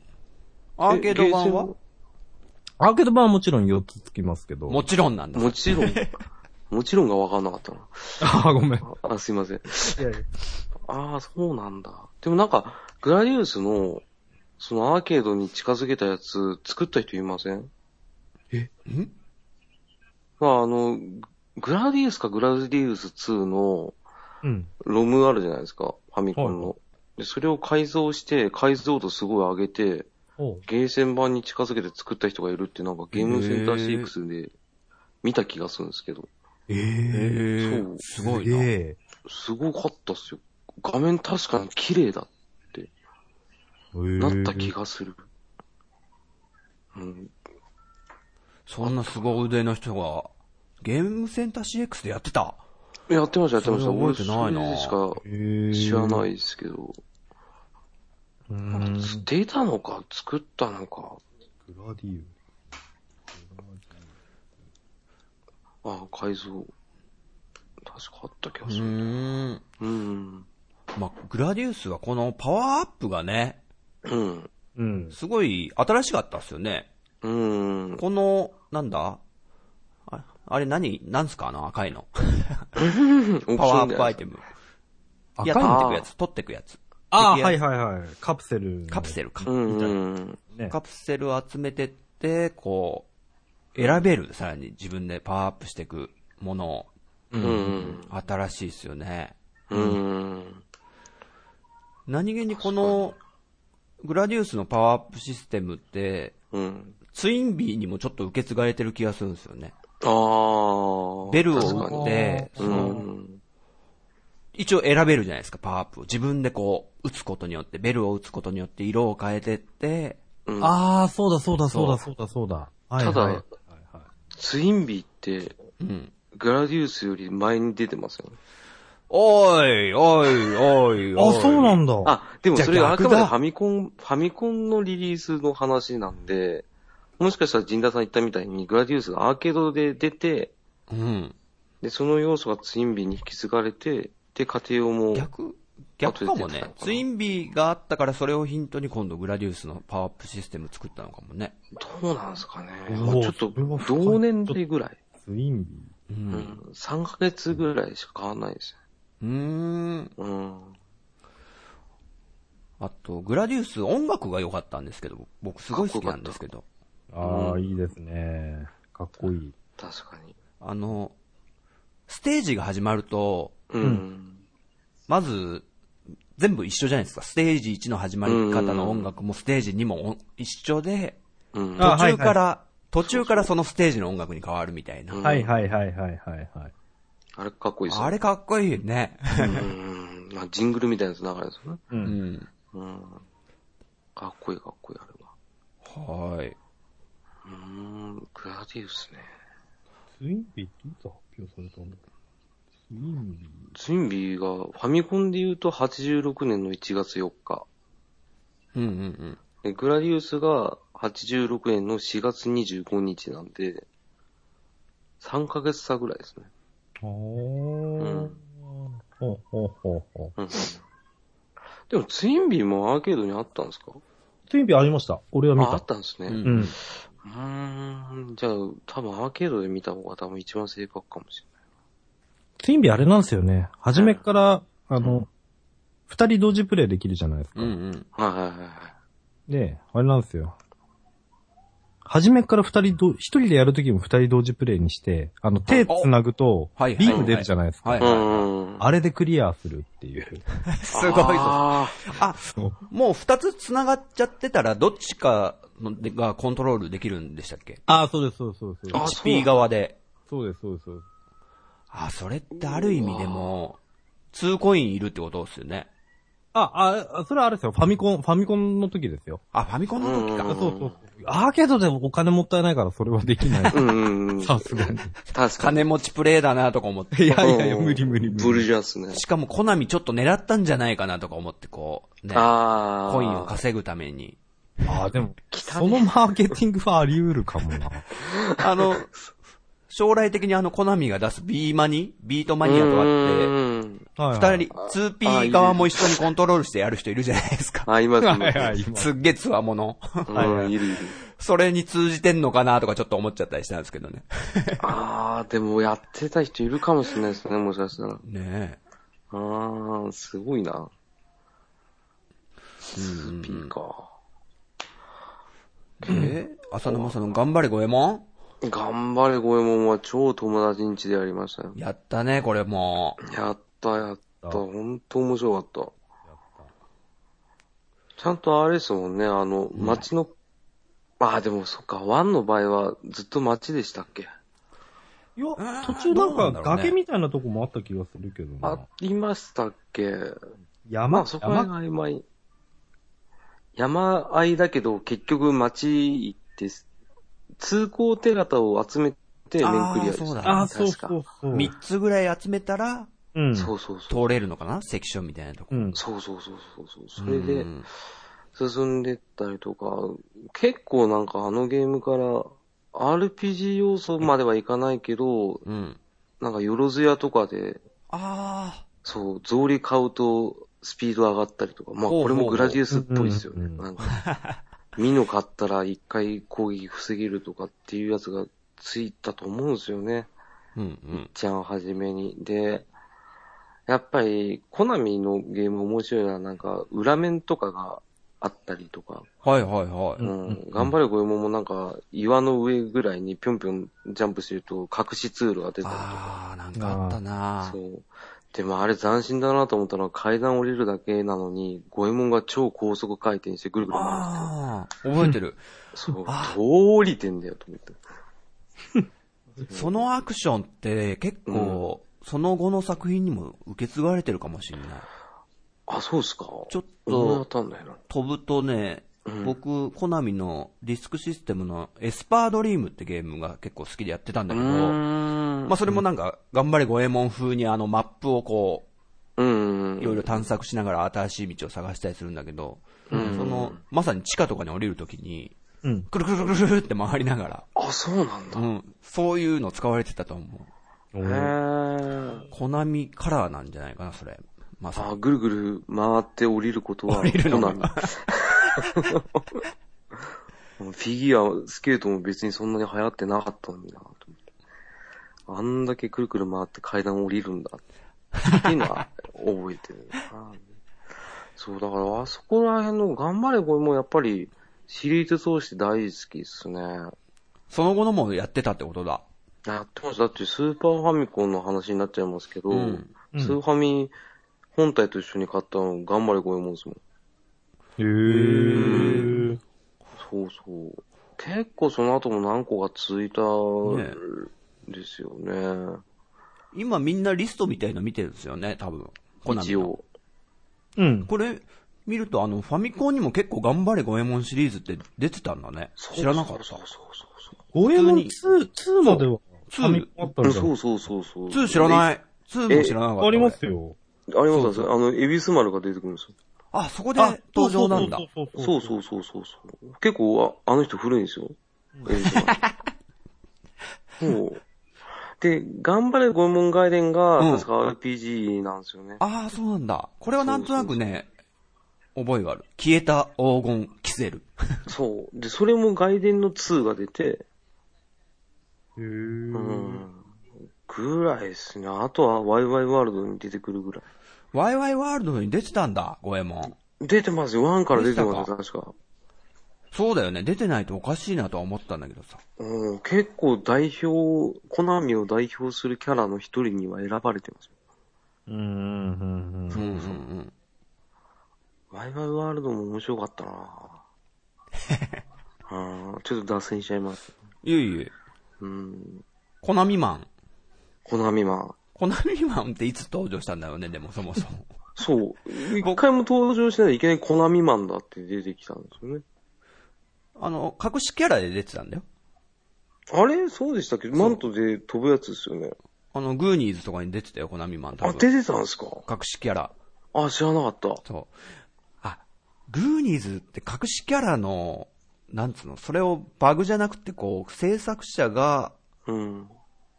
Speaker 2: アーケード版は
Speaker 1: アーケード版はもちろん4つつきますけど。
Speaker 2: もちろんなんだ。
Speaker 3: もちろん、もちろんが分かんなかったな。
Speaker 1: あー、ごめん。
Speaker 3: ああ、すいません。ああ、そうなんだ。でもなんか、グラディウスの、そのアーケードに近づけたやつ、作った人いません
Speaker 2: えん
Speaker 3: まあ、あの、グラディウスかグラディウス2の
Speaker 1: うん。
Speaker 3: ロムあるじゃないですか、ファミコン
Speaker 1: は
Speaker 3: の。でそれを改造して、解像度すごい上げて、
Speaker 1: おう
Speaker 3: ゲーセン版に近づけて作った人がいるってなんかゲームセンター6で見た気がするんですけど。
Speaker 1: ええ
Speaker 2: えー、すごい
Speaker 1: な。
Speaker 2: な。
Speaker 1: え
Speaker 3: すごかったっすよ。画面確かに綺麗だ。なった気がする。うん。
Speaker 2: そんな凄腕の人が、ゲームセンター CX でやってた。
Speaker 3: やってました、やってました。
Speaker 2: それ
Speaker 3: 俺
Speaker 2: 覚えてな
Speaker 3: そ
Speaker 2: いな
Speaker 3: れでしか
Speaker 1: え。
Speaker 3: 知らないいですけど。
Speaker 1: うーん。
Speaker 3: 捨てたのか、作ったのか。
Speaker 1: グラディウ
Speaker 3: あ、改造。確かあった気
Speaker 2: う
Speaker 3: がする。
Speaker 2: ーん。
Speaker 3: うん。
Speaker 2: まあ、グラディウスはこのパワーアップがね、
Speaker 3: うん。
Speaker 1: うん。
Speaker 2: すごい新しかったっすよね。
Speaker 3: うん。
Speaker 2: この、なんだああれ何、なんすかあの赤い の。
Speaker 3: パ
Speaker 2: パワーアップアイテム。いや、取ってくやつ、取ってくやつ。
Speaker 1: ああ、
Speaker 2: 敵や
Speaker 1: はいはいはい。カプセル。
Speaker 2: カプセルか。
Speaker 3: うんうん。
Speaker 1: ね。
Speaker 2: カプセルを集めてって、こう、選べる、さらに自分でパワーアップしていくものを。
Speaker 3: うん。
Speaker 2: 新しいっすよね。
Speaker 3: うん。
Speaker 2: 何気にこの、グラディウスのパワーアップシステムって、
Speaker 3: うん。
Speaker 2: ツインビーにもちょっと受け継がれてる気がするんですよね。
Speaker 3: ああ。
Speaker 2: ベルを
Speaker 3: 確か
Speaker 2: 打っ
Speaker 3: に。
Speaker 2: て、
Speaker 3: う
Speaker 2: その
Speaker 3: ん。
Speaker 2: 一応選べるじゃないですか、パワーアップを。自分でこう、打つことによって、ベルを打つことによって色を変えてって、
Speaker 3: うん
Speaker 1: ああ、そうだそうだそうだそうだそうだ。はいはい
Speaker 3: ただ
Speaker 1: はいはい
Speaker 3: ツインビーって、
Speaker 2: うん。
Speaker 3: グラディウスより前に出てますよね。
Speaker 2: おい、おい、おい、お
Speaker 1: あ、
Speaker 2: い。
Speaker 1: そうなんだ。
Speaker 3: あ、でもそれ
Speaker 2: じゃあ
Speaker 3: あくま
Speaker 2: 逆
Speaker 3: で
Speaker 2: だ
Speaker 3: ファミコン、ファミコンのリリースの話なんで、もしかしたら陣田さん言ったみたいに、グラディウスがアーケードで出て、
Speaker 2: うん。
Speaker 3: で、その要素がツインビーに引き継がれて、で、家庭用も、
Speaker 2: 逆、逆かも
Speaker 3: 後で出てきた
Speaker 2: ね
Speaker 3: のか。な
Speaker 2: ツインビーがあったからそれをヒントに今度グラディウスのパワーアップシステム作ったのかもね。
Speaker 3: どうなんですかね。
Speaker 1: うわ
Speaker 3: ちょっと
Speaker 1: それは、深い
Speaker 3: 同年代ぐらい、
Speaker 1: ツインビ
Speaker 2: う。
Speaker 3: うんん、3ヶ月ぐらいしか変わんないです
Speaker 2: うーん。
Speaker 3: ね。うん。
Speaker 2: あと、グラディウス音楽が良かったんですけど、僕すごい好きなんですけど。
Speaker 1: ー。ああ、いいですね。かっこいい。
Speaker 3: 確かに。
Speaker 2: あの、ステージが始まると、
Speaker 3: うん。
Speaker 2: まず、全部一緒じゃないですか。ステージ1の始まり方の音楽もステージ2もお一緒で、
Speaker 3: うん。
Speaker 1: あ
Speaker 2: 途
Speaker 1: はい
Speaker 2: 中から、途中からそのステージの音楽に変わるみたいな。
Speaker 1: はいはいはいはいはいはい。
Speaker 3: あれかっこいいです
Speaker 2: あれかっこいいね。
Speaker 3: ね。うん。まあジングルみたいなやつ流れですよね。
Speaker 1: う。
Speaker 2: うんん。
Speaker 3: うん。かっこいいかっこいい、あれは。
Speaker 2: はい。
Speaker 3: うーん、グラディウスね。
Speaker 1: ツインビーっていつ発表されたんだろう。ツインビー。
Speaker 3: ツインビーが、ファミコンで言うと86年の1月4日。
Speaker 2: うんうんうん。
Speaker 3: でグラディウスが86年の4月25日なんで、3ヶ月差ぐらいですね。
Speaker 1: お
Speaker 3: う
Speaker 1: ー
Speaker 3: ん。
Speaker 1: ほうほうほうほう。
Speaker 3: うん。でもツインビーもアーケードにあったんですか
Speaker 1: ツインビーありました。俺は見。
Speaker 3: ああったたんですね。
Speaker 2: う
Speaker 3: うん
Speaker 1: う
Speaker 3: ん。
Speaker 1: ん。
Speaker 3: ーんじゃあ、多分アーケードで見た方が多分一番正確かもし
Speaker 1: ツインビーあれなんですよね。初めから、あの、二人同時プレイできるじゃないですか
Speaker 2: うん。うん。
Speaker 3: れない。はいはいはいはい。
Speaker 1: で、あれなんですよ。初めから二人ど、一人でやるときも二人同時プレイにして、あの、手繋ぐと、
Speaker 2: はいはい
Speaker 1: ビーム出るじゃないですか。
Speaker 2: はいは
Speaker 3: う
Speaker 2: い。
Speaker 3: ん。
Speaker 1: あれでクリアするっていう。
Speaker 2: すごいぞ。
Speaker 3: あ
Speaker 2: あ、
Speaker 1: そう
Speaker 2: もう二つ繋がっちゃってたら、どっちかのでがコントロールできるんでしたっけ
Speaker 1: ああ、そうです、そうです、そうです。
Speaker 3: あそう
Speaker 2: ?HP 側で。
Speaker 1: そうです、そうですそうです。
Speaker 2: あ、それってある意味でも、2コインいるってことですよね。
Speaker 1: あ、あ、それはあれですよ。ファミコン、ファミコンの時ですよ。
Speaker 2: あ、ファミコンの時
Speaker 1: あ
Speaker 2: か。
Speaker 1: そうそう。アーケードでお金もったいないからそれはできない
Speaker 3: ー。。うんうん。
Speaker 1: さすがに。
Speaker 3: 確かに。
Speaker 2: 金持ちプレイだなとか思っ て。
Speaker 1: いやいやいや、
Speaker 3: うん
Speaker 1: 無理無理無理。
Speaker 3: ブルジャーっすね。
Speaker 2: しかもコナミちょっと狙ったんじゃないかなとか思って、こう、ね。
Speaker 3: ああ。
Speaker 2: コインを稼ぐために。
Speaker 1: ああ、でも、そのマーケティングはあり得るかもな。
Speaker 2: あの、将来的にあのコナミが出す B マニ、ビートマニアとかって、
Speaker 3: うん
Speaker 1: はいはい
Speaker 2: 二人、2P 側も一緒にコントロールしてやる人いるじゃないですか。
Speaker 3: あ、います、
Speaker 1: はい
Speaker 3: ます
Speaker 1: はい、今
Speaker 2: すっげえつわもの。
Speaker 1: はいは
Speaker 3: う
Speaker 1: い
Speaker 3: ん、いるいる。
Speaker 2: それに通じてんのかなとかちょっと思っちゃったりしたんですけど ね。
Speaker 3: あー、でもやってた人いるかもしれないですね、もしかしたら。
Speaker 2: ね
Speaker 3: あー、すごいな。スピーカ
Speaker 2: え。え浅沼さんの頑張れゴエモン
Speaker 3: ー。頑張れ、ゴエモンは超友達ん家でやりましたよ。
Speaker 2: やったね、これも
Speaker 3: やった、やった。ほんと面白かった。ちゃんとあれですもんね、あの、街の、ああ、でもそっか、ワンの場合はずっと街でしたっけ
Speaker 1: いや、 途中
Speaker 2: ど
Speaker 1: な
Speaker 2: うなん
Speaker 1: ん
Speaker 2: だ
Speaker 1: か
Speaker 2: ろうね
Speaker 1: 崖みたいなとこもあった気がするけど
Speaker 3: あ
Speaker 1: な。
Speaker 3: りましたっけま
Speaker 1: 山、
Speaker 3: あそこら
Speaker 1: 山
Speaker 3: 辺曖昧。山あいだけど、結局街行って、通行手形を集めて面クリアで
Speaker 2: あーそう
Speaker 3: した。
Speaker 2: だ
Speaker 1: あ、そうそう
Speaker 3: 確か。
Speaker 1: そう。
Speaker 2: う。三つぐらい集めたら、
Speaker 1: うん。
Speaker 3: そうそうそう。
Speaker 2: 通れるのかなセクションみたいなとこ
Speaker 1: う。ん。
Speaker 3: そうそうそうそうそう。それで
Speaker 2: う、ん
Speaker 3: 進んでったりとか、結構なんかあのゲームから、RPG 要素まではいかないけど、
Speaker 2: うん。
Speaker 3: なんかよろずやとかで、
Speaker 2: あ
Speaker 3: そう、草履買うとスピード上がったりとか、ま
Speaker 2: ほ
Speaker 3: あ
Speaker 2: うほうほう
Speaker 3: これもグラディウスっぽいですよね。
Speaker 1: うんうんうん
Speaker 3: なんか、ミノ買ったら一回攻撃防げるとかっていうやつがついたと思うんですよね。
Speaker 2: ー。うんうん。
Speaker 3: ちゃんをはじめに。で、やっぱり、コナミのゲーム面白いのはなんか、裏面とかがあったりとか、
Speaker 2: はいはいはい。
Speaker 3: うん、頑張れゴエモンもなんか、岩の上ぐらいにぴょんぴょんジャンプすると隠し通路が出たりとか。
Speaker 2: あー、なんかあったな
Speaker 3: そう。でもあれ斬新だなと思ったのは階段降りるだけなのに、ゴエモンが超高速回転してぐるぐる回って、
Speaker 2: ああ、覚えてる。
Speaker 3: そう、
Speaker 2: あ
Speaker 3: どう降りてんだよと思って。
Speaker 2: そのアクションって結構、その後の作品にも受け継がれてるかもしれない。
Speaker 3: あ、そうっすか。
Speaker 2: ちょっ
Speaker 3: 思い当
Speaker 2: と、
Speaker 3: たんないな。
Speaker 2: 飛ぶとね、僕、コナミのディスクシステムのエスパードリームってゲームが結構好きでやってたんだけ
Speaker 3: う
Speaker 2: ど、
Speaker 3: ーん。
Speaker 2: まあそれもなんか、頑張れゴエモン風にあのマップをこ
Speaker 3: うん
Speaker 2: う、い。ろいろ探索しながら新しい道を探したりするんだけど、そ
Speaker 3: うん
Speaker 2: の、まさに地下とかに降りるときに、
Speaker 1: うん。
Speaker 2: くるくるくるくるって回りながら、
Speaker 3: あ、そうなんだ
Speaker 2: う。ん、そういうの使われてたと思う。
Speaker 1: お
Speaker 3: へ
Speaker 1: ー
Speaker 3: ー。
Speaker 2: コナミカラーなんじゃないかな、それ。まさ
Speaker 3: あ、
Speaker 2: に。
Speaker 3: ぐるぐる回って降りることは、
Speaker 2: 降りるのが
Speaker 3: そうなんだ フィギュア、スケートも別にそんなに流行ってなかったのになと思って。あんだけくるくる回って階段降りるんだっていうのは覚えてるな。そう、だからあそこら辺の頑張れこれもやっぱりシリーズ通して大好きっすね。
Speaker 2: その後のもやってたってことだ。
Speaker 3: やってます。だってスーパーファミコンの話になっちゃいますけど、
Speaker 2: うん
Speaker 3: スーファミ本体と一緒に買ったの頑張れこれもんですもん。
Speaker 1: へー。
Speaker 3: そうそう。結構その後も何個か続いた
Speaker 2: ね
Speaker 3: んですよね。
Speaker 2: 今みんなリストみたいの見てるんですよね、多分。コナミ
Speaker 3: 一
Speaker 2: の。
Speaker 3: 応。
Speaker 1: うん。
Speaker 2: これ、見るとあの、ファミコンにも結構頑張れゴエモンシリーズって出てたんだね。知らなかった。
Speaker 3: そうそうそう
Speaker 1: ゴエモン2、2までは、
Speaker 2: ツ
Speaker 1: ファ
Speaker 2: ー
Speaker 1: ミコンあった
Speaker 3: そう。
Speaker 1: んじゃん
Speaker 3: そうそうそうそう。。
Speaker 2: 2知らないい。2も知らなかった。
Speaker 1: ありますよ。
Speaker 3: ありますあの、エビス丸が出てくるんですよ。
Speaker 2: 俺あ、そこで登場なんだ。
Speaker 1: そうそう
Speaker 3: そうそうそうそうそう。結構あ、あの人古いんですよ。エビス 丸。そう。で、頑張れゴエモン外伝が、
Speaker 2: うん
Speaker 3: 確か RPG なんですよね。
Speaker 2: ああ、そうなんだ。これはなんとなくね、覚えがある。消えた黄金キセル。
Speaker 3: そう。で、それも外伝の2が出て、
Speaker 1: へ
Speaker 3: う
Speaker 1: ー。
Speaker 3: ん。ぐらいですね。あとはワイワイワールドに出てくるぐらい。
Speaker 2: ワイワイワールドに出てたんだ、ゴエモン。
Speaker 3: 出てますよ。ワンから出て
Speaker 2: 出て
Speaker 3: ます
Speaker 2: た
Speaker 3: よ、確か。
Speaker 2: そうだよね。出てないとおかしいなとは思ったんだけどさ。
Speaker 3: うん、結構代表、コナミを代表するキャラの一人には選ばれてますよ。
Speaker 1: うん、うん、
Speaker 2: う
Speaker 1: うん
Speaker 2: うんうん。
Speaker 3: ワイワイワールドも面白かったな ぁうん。ちょっと脱線しちゃいます。
Speaker 2: いえいえ。
Speaker 3: うん。
Speaker 2: コナミマン。
Speaker 3: コナミマン。
Speaker 2: コナミマンっていつ登場したんだろうね、でもそもそ も。
Speaker 3: そう。一回も登場しないでいきなりコナミマンだって出てきたんですよね。
Speaker 2: あの、隠しキャラで出てたんだよ。
Speaker 3: あれそうでしたっけマントで飛ぶやつですよね。
Speaker 2: あの、グーニーズとかに出てたよ、コナミマン多
Speaker 3: あ、
Speaker 2: 分。
Speaker 3: 出てたんですか
Speaker 2: 隠しキャラ。
Speaker 3: あ、知らなかった。
Speaker 2: そう。あ、グーニーズって隠しキャラの、なんつうの、それをバグじゃなくて、こう、制作者が
Speaker 3: うん。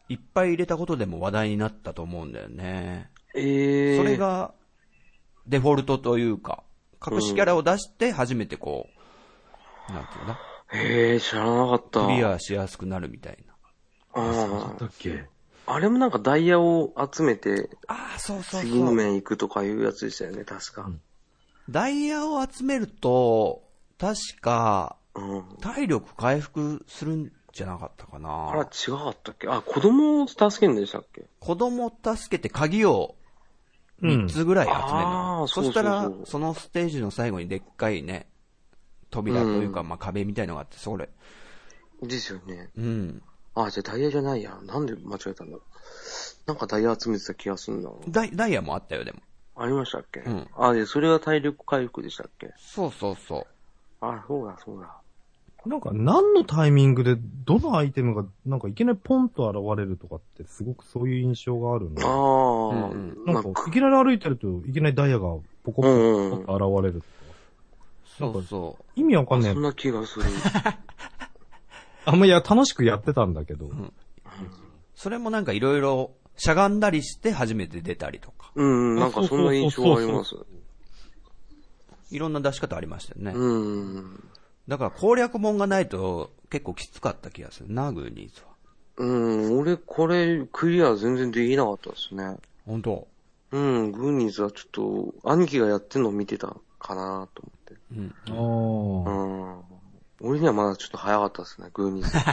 Speaker 2: いっぱい入れたことでも話題になったと思うんだよね。
Speaker 3: ええー。
Speaker 2: それ、が、デフォルトというか、隠しキャラを出して初めてこう、なんていうのか
Speaker 3: ええー、知らなかった。
Speaker 2: な、クリアしやすくなるみたいな。
Speaker 3: あ
Speaker 1: だっけ
Speaker 3: あ。あれもなんかダイヤを集めて、
Speaker 2: ああ、そうそう
Speaker 3: 次
Speaker 2: そ
Speaker 3: の
Speaker 2: う。
Speaker 3: 面行くとかいうやつでしたよね、確か。
Speaker 2: ダイヤを集めると、確か、
Speaker 3: うん。
Speaker 2: 体力回復するんじゃなかったか
Speaker 3: あら、
Speaker 2: な。
Speaker 3: 違かったっけあ、子供を助けるんでしたっけ
Speaker 2: 子供を助けて鍵を
Speaker 1: うん
Speaker 2: 3つぐらい集めるの。
Speaker 3: あー
Speaker 2: そしたら、
Speaker 3: そう
Speaker 2: そ
Speaker 3: そうそう
Speaker 2: のステージの最後にでっかいね、扉というか、まあ壁みたいのがあって、それ。
Speaker 3: ですよね。
Speaker 2: うん。
Speaker 3: あ、じゃあダイヤじゃないや。なんで間違えたんだろう。なんかダイヤ集めてた気がするんだろう。
Speaker 2: ダイダイヤもあったよ、でも。
Speaker 3: ありましたっけ、
Speaker 2: うん
Speaker 3: あ、で、それが体力回復でしたっけ
Speaker 2: そうそうそう。
Speaker 3: あ、そうだ、そうだ。
Speaker 1: なんか何のタイミングでどのアイテムがなんかいきなりポンと現れるとかってすごくそういう印象があるんで
Speaker 3: あ。あ、
Speaker 2: うんう
Speaker 1: なんかいきなり歩いてるといきなりダイヤがポコポコポコと現れる。
Speaker 2: そうそう。
Speaker 1: 意味わかんない
Speaker 3: そん。な気がする。
Speaker 1: あんまいや楽しくやってたんだけど。
Speaker 2: それもなんかいろいろしゃがんだりして初めて出たりとか、
Speaker 3: うん、なんかそんな印象あります。
Speaker 2: いろんな出し方ありましたよね。
Speaker 3: うん。
Speaker 2: だから攻略本がないと結構きつかった気がするな、グーニーズは。
Speaker 3: うん、俺、これ、クリア全然できなかったですね。
Speaker 2: 本当
Speaker 3: うん、グーニーズはちょっと、兄貴がやってんのを見てたかなと思って。
Speaker 2: うん。
Speaker 1: ああ。
Speaker 3: うん。俺にはまだちょっと早かったですね、グーニーズ。はい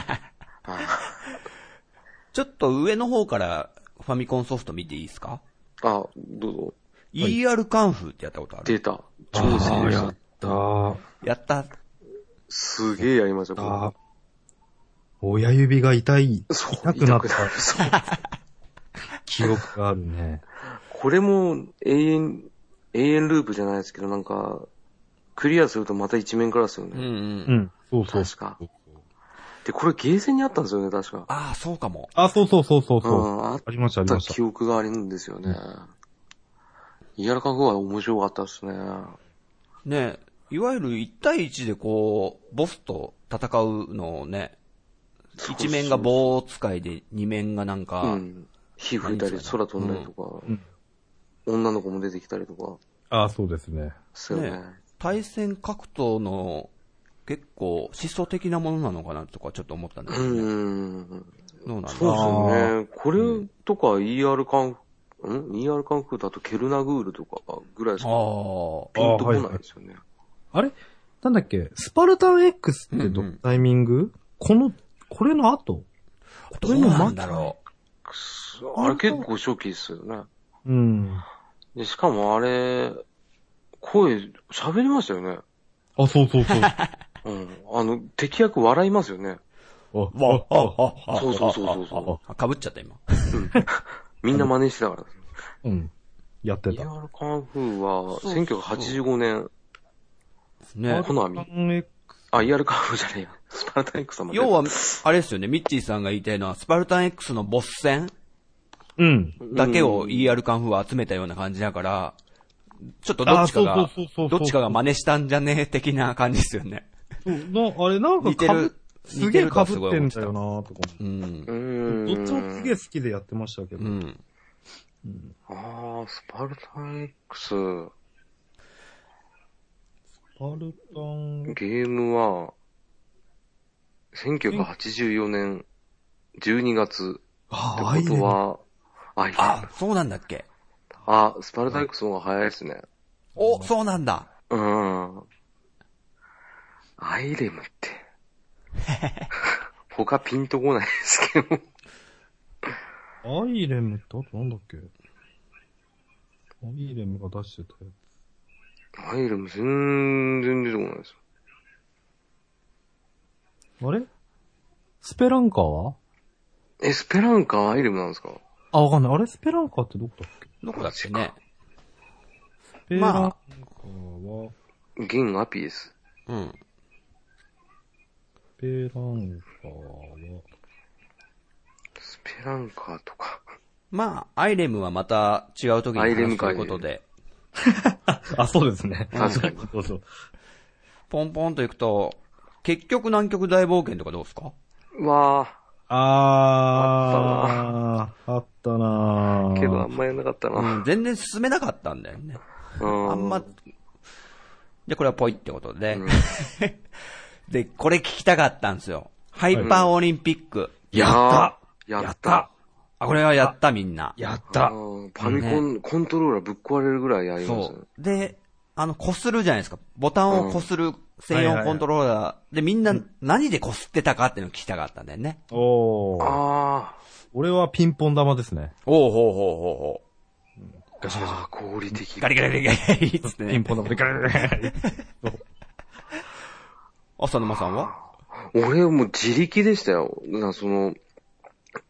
Speaker 2: ちょっと上の方からファミコンソフト見ていいですか、
Speaker 3: あ、どうぞ。
Speaker 2: ?ER カンフーってやったことある
Speaker 3: 出た。超好きでした。
Speaker 1: たー。
Speaker 2: やった。
Speaker 3: すげえやりました、これ
Speaker 1: あ親指が痛い、
Speaker 3: そう、
Speaker 1: 痛くなっ
Speaker 3: 痛くな
Speaker 1: た
Speaker 3: るそう
Speaker 1: 記憶があるね。
Speaker 3: これも永遠、永遠ループじゃないですけど、なんか、クリアするとまた一面からですよね。
Speaker 2: うんうん。
Speaker 1: うん。そうそう。
Speaker 3: 確か。で、これゲーセンにあったんですよね、確か。
Speaker 2: ああ、そうかも。
Speaker 1: あ、そうそうそうそう
Speaker 3: う
Speaker 1: そう、
Speaker 3: ん、あっ
Speaker 1: ありました、あり
Speaker 3: た
Speaker 1: まし
Speaker 3: 記憶があるんですよね。やらかくは面白かったですね。
Speaker 2: ねいわゆる1対1でこう、ボスと戦うのをね、
Speaker 3: そう
Speaker 2: 一面が棒使いで、二面がなんか、
Speaker 3: うん。火吹いたり、
Speaker 2: 何それ
Speaker 3: 空飛んだりとか、
Speaker 1: うん
Speaker 3: 女の子も出てきたりとか、
Speaker 1: た。あ、そうですね。
Speaker 3: そうよね。
Speaker 2: ね対戦格闘の結構思想的なものなのかなとかちょっと思ったんです
Speaker 3: う
Speaker 2: けど、ね
Speaker 3: ん。
Speaker 2: どうなんだ
Speaker 3: そうですよね。これとか ER カンフ、ん ?ER カンフーだとケルナグールとかぐらいしか
Speaker 2: あ
Speaker 3: ピンとこないですよね。
Speaker 1: あれなんだっけスパルタン X ってど、
Speaker 2: うんうん
Speaker 1: タイミングこの、これの後こ
Speaker 2: あ、ど
Speaker 1: れ
Speaker 2: う
Speaker 1: も
Speaker 2: な
Speaker 1: マ
Speaker 2: ん
Speaker 1: キ
Speaker 2: だろ
Speaker 3: くそあれ結構初期ですよね。
Speaker 1: うん。
Speaker 3: で、しかもあれ、声、喋りましたよね。
Speaker 1: あ、そうそう そう。あ、
Speaker 3: うん。あの、敵役笑いますよね。
Speaker 2: う。わ、あ、あ、あ、
Speaker 3: そうそうそうそう
Speaker 2: あ、かぶっちゃった今。
Speaker 3: みんな真似してたから。
Speaker 1: うん。やってた。
Speaker 3: ER カンフーは、
Speaker 2: そうそう
Speaker 3: 1985年、
Speaker 2: ね
Speaker 3: コナミ
Speaker 1: スパルタン X
Speaker 3: あ、ER カンフーじゃねえや。スパルタン X 様。
Speaker 2: 要は、あれですよね、ミッチーさんが言いたいのは、スパルタン X のボス戦
Speaker 1: うん。
Speaker 2: だけを
Speaker 3: うん
Speaker 2: ER カンフーは集めたような感じだから、ちょっとどっちか
Speaker 1: あ
Speaker 2: が
Speaker 1: そうそうそうそう、
Speaker 2: どっちかが真似したんじゃねえ的な感じですよね。
Speaker 1: そうなあれなんか
Speaker 2: 似て
Speaker 1: か
Speaker 2: る
Speaker 1: ぶ、すげえ
Speaker 2: 似てると
Speaker 1: か
Speaker 2: は
Speaker 1: ぶ
Speaker 2: す
Speaker 1: っ
Speaker 2: ごい
Speaker 1: て
Speaker 2: 思
Speaker 1: ん
Speaker 2: って
Speaker 1: だ
Speaker 2: た
Speaker 1: よなーとか
Speaker 2: うん
Speaker 3: う。
Speaker 1: 思
Speaker 3: ん。
Speaker 1: って。どっちもすげえ好きでやってましたけど。
Speaker 2: うん。
Speaker 3: ああ、スパルタン X、
Speaker 1: スパルタン、
Speaker 3: ゲームは、1984年12月って
Speaker 1: ああ、いい
Speaker 3: こと
Speaker 1: ね。
Speaker 3: は、あ、い
Speaker 2: あ
Speaker 3: や、
Speaker 2: そうなんだっけ。
Speaker 3: あ、スパルタン X の方が早いですね。
Speaker 2: お、そうなんだ。
Speaker 3: うん。アイレムって。 他ピンとこないですけど。
Speaker 1: アイレムってあとなんだっけアイレムが出してたや
Speaker 3: アイレム全然出てこないです。
Speaker 1: つ。あれスペランカーは
Speaker 3: え、スペランカーアイレムなんですか
Speaker 1: あ、わかんない。あれスペランカーってどこだっけ
Speaker 2: どこだっけね。
Speaker 1: スペランカーは、
Speaker 3: 銀アピエス。
Speaker 2: うん。
Speaker 1: スペランカーは、
Speaker 3: スペランカーとか。
Speaker 2: まあ、アイレムはまた違う時に
Speaker 3: ア
Speaker 2: 話
Speaker 3: イレム
Speaker 2: すとい
Speaker 3: 会
Speaker 2: うことで、
Speaker 1: あ、そうですね。
Speaker 3: 確かに。
Speaker 1: そうそう。
Speaker 2: ポンポンと行くと、結局南極大冒険とかどうですか
Speaker 3: わあ。
Speaker 1: あー、あったったなぁ
Speaker 3: けどあんまやんなかった
Speaker 2: う
Speaker 3: な。
Speaker 2: ん、全然進めなかったんだよね。
Speaker 3: うん
Speaker 2: あんま、じゃあこれはぽいってことで。 で、これ聞きたかったんですよ。ハイパーオリンピック。
Speaker 1: やった
Speaker 3: や
Speaker 2: や
Speaker 3: っ
Speaker 2: ったた。あ、これはやったみんな。
Speaker 1: やった
Speaker 3: うんファミコン、コントローラーぶっ壊れるぐらいやりました
Speaker 2: そ
Speaker 3: ね
Speaker 2: う。。で、あの、こするじゃないですか。ボタンをこする専用コントローラー。で、みんな何でこすってたかっていうのを聞きたかったんだよね。
Speaker 1: おー。
Speaker 3: あ
Speaker 1: 俺はピンポン玉ですね。
Speaker 2: おうほうほうほ
Speaker 3: ーあー、合理的。
Speaker 2: うガリガリガリガリガリっつっ
Speaker 1: ピ
Speaker 2: て
Speaker 1: ン
Speaker 2: ね。
Speaker 1: ポン玉でガラガラガラ
Speaker 2: 浅沼さんは
Speaker 3: 俺はもう自力でしたよ。な、その、